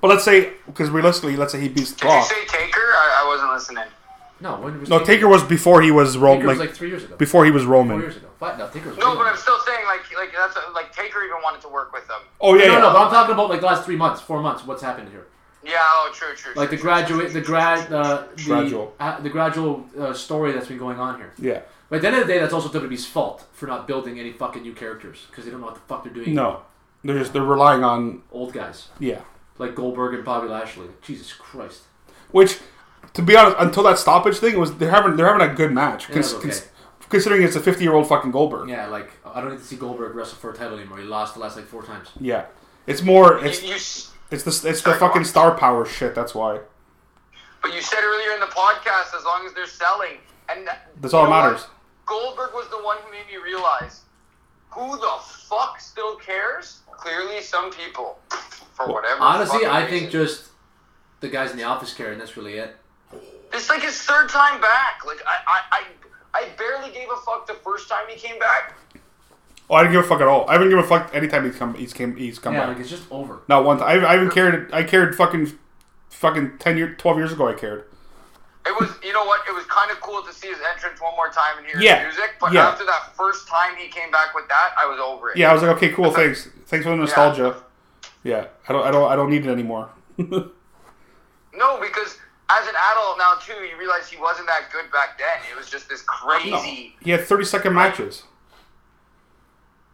[SPEAKER 3] But let's say because realistically, let's say he beats
[SPEAKER 4] Did you
[SPEAKER 3] Brock.
[SPEAKER 4] say Taker? I, I wasn't listening.
[SPEAKER 6] No, when was
[SPEAKER 3] No, Taker was before he was Roman.
[SPEAKER 6] Taker was
[SPEAKER 3] Like,
[SPEAKER 6] like three years ago.
[SPEAKER 3] before he was
[SPEAKER 6] Four
[SPEAKER 3] Roman.
[SPEAKER 6] years ago. Five, no, Taker was.
[SPEAKER 4] No,
[SPEAKER 6] way
[SPEAKER 4] but I'm
[SPEAKER 6] later.
[SPEAKER 4] still saying like like that's like Taker even wanted to work with them.
[SPEAKER 3] Oh yeah,
[SPEAKER 5] No,
[SPEAKER 3] yeah.
[SPEAKER 5] no, but I'm talking about like the last three months, four months. What's happened here?
[SPEAKER 4] Yeah, oh true, true.
[SPEAKER 5] Like the
[SPEAKER 4] true, true, true,
[SPEAKER 5] graduate, the
[SPEAKER 4] true,
[SPEAKER 5] grad,
[SPEAKER 4] true,
[SPEAKER 5] uh, the
[SPEAKER 3] Gradual.
[SPEAKER 5] uh, the gradual uh, story that's been going on here.
[SPEAKER 3] yeah.
[SPEAKER 5] But at the end of the day, that's also WWE's fault for not building any fucking new characters because they don't know what the fuck they're doing.
[SPEAKER 3] No, they're just they're relying on
[SPEAKER 5] old guys
[SPEAKER 3] yeah.
[SPEAKER 5] like Goldberg and Bobby Lashley. Jesus Christ.
[SPEAKER 3] Which, to be honest, until that stoppage thing was they're having they're having a good match. Cons-
[SPEAKER 5] Yeah, okay.
[SPEAKER 3] cons- considering it's a fifty year old fucking Goldberg.
[SPEAKER 5] Yeah, like I don't need to see Goldberg wrestle for a title anymore. He lost the last like four times.
[SPEAKER 3] Yeah. it's more it's
[SPEAKER 4] You, you s-
[SPEAKER 3] it's the it's the fucking star power shit. That's why.
[SPEAKER 4] But you said earlier in the podcast, as long as they're selling, and that-
[SPEAKER 3] That's all
[SPEAKER 4] you
[SPEAKER 3] that
[SPEAKER 4] know
[SPEAKER 3] matters.
[SPEAKER 4] what? Goldberg was the one who made me realize who the fuck still cares. Clearly, some people, for whatever.
[SPEAKER 5] Honestly,
[SPEAKER 4] fucking
[SPEAKER 5] I think
[SPEAKER 4] reason.
[SPEAKER 5] just the guys in the office care, and that's really it.
[SPEAKER 4] it's like his third time back. Like I, I, I, I barely gave a fuck the first time he came back.
[SPEAKER 3] Oh, I didn't give a fuck at all. I haven't given a fuck anytime he's come he's came he's come
[SPEAKER 5] Yeah,
[SPEAKER 3] back.
[SPEAKER 5] like it's just over.
[SPEAKER 3] Not one time. I, I even cared. I cared fucking fucking ten year twelve years ago. I cared.
[SPEAKER 4] It was, you know what? It was kind of cool to see his entrance one more time and hear
[SPEAKER 3] Yeah,
[SPEAKER 4] his music. But
[SPEAKER 3] yeah.
[SPEAKER 4] after that first time he came back with that, I was over it.
[SPEAKER 3] Yeah, I was like, okay, cool, thanks, thanks for the nostalgia. Yeah, I don't, I don't, I don't need it anymore.
[SPEAKER 4] No, because as an adult now too, you realize he wasn't that good back then. It was just this
[SPEAKER 3] No.
[SPEAKER 4] crazy.
[SPEAKER 3] He had thirty second matches.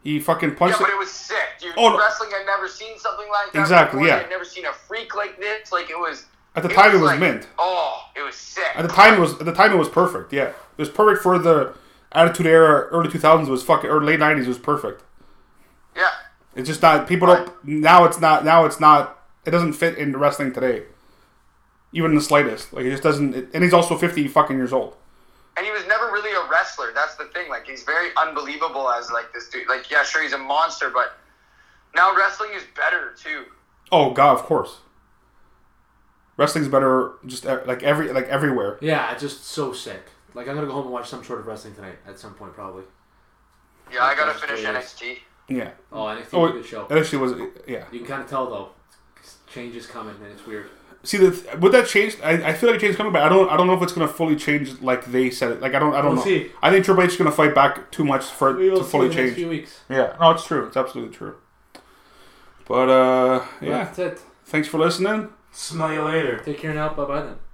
[SPEAKER 3] He fucking
[SPEAKER 4] Yeah,
[SPEAKER 3] punched.
[SPEAKER 4] but it was sick, dude.
[SPEAKER 3] Oh, no.
[SPEAKER 4] Wrestling, I'd never seen something like that.
[SPEAKER 3] Exactly,
[SPEAKER 4] before.
[SPEAKER 3] yeah.
[SPEAKER 4] I'd never seen a freak like this. Like it was.
[SPEAKER 3] At the time, it was
[SPEAKER 4] like,
[SPEAKER 3] mint.
[SPEAKER 4] Oh, it was sick.
[SPEAKER 3] At the time, it was at the time it was perfect. Yeah, it was perfect for the Attitude Era. Early two thousands was fucking, or late nineties was perfect.
[SPEAKER 4] Yeah.
[SPEAKER 3] It's just not people don't now. It's not now. It's not. It doesn't fit into wrestling today, even the slightest. Like it just doesn't. It, and he's also fifty fucking years old.
[SPEAKER 4] And he was never really a wrestler. That's the thing. Like he's very unbelievable as like this dude. Like yeah, sure he's a monster, but now wrestling is better too.
[SPEAKER 3] Oh god, of course. Wrestling's better, just uh, like every like everywhere.
[SPEAKER 5] Yeah, it's just so sick. Like I'm gonna go home and watch some sort of wrestling tonight at some point probably.
[SPEAKER 4] Yeah, I gotta
[SPEAKER 5] That's
[SPEAKER 4] finish
[SPEAKER 5] great.
[SPEAKER 4] NXT.
[SPEAKER 3] Yeah.
[SPEAKER 5] Oh, NXT was a good show.
[SPEAKER 3] actually was yeah.
[SPEAKER 5] You can kind of tell though, it's change is coming, and it's weird.
[SPEAKER 3] See, the th- would that change? I, I feel like a change is coming, but I don't. I don't know if it's going to fully change like they said it. Like I don't. I don't
[SPEAKER 5] We'll
[SPEAKER 3] know.
[SPEAKER 5] see.
[SPEAKER 3] I think Triple H is going to fight back too much for
[SPEAKER 5] We
[SPEAKER 3] it
[SPEAKER 5] will
[SPEAKER 3] to fully
[SPEAKER 5] see in the next few
[SPEAKER 3] change.
[SPEAKER 5] weeks.
[SPEAKER 3] Yeah, no, it's true. It's absolutely true. But uh, yeah,
[SPEAKER 5] That's it.
[SPEAKER 3] thanks for listening.
[SPEAKER 2] Smell you later.
[SPEAKER 5] Take care now. Bye bye then.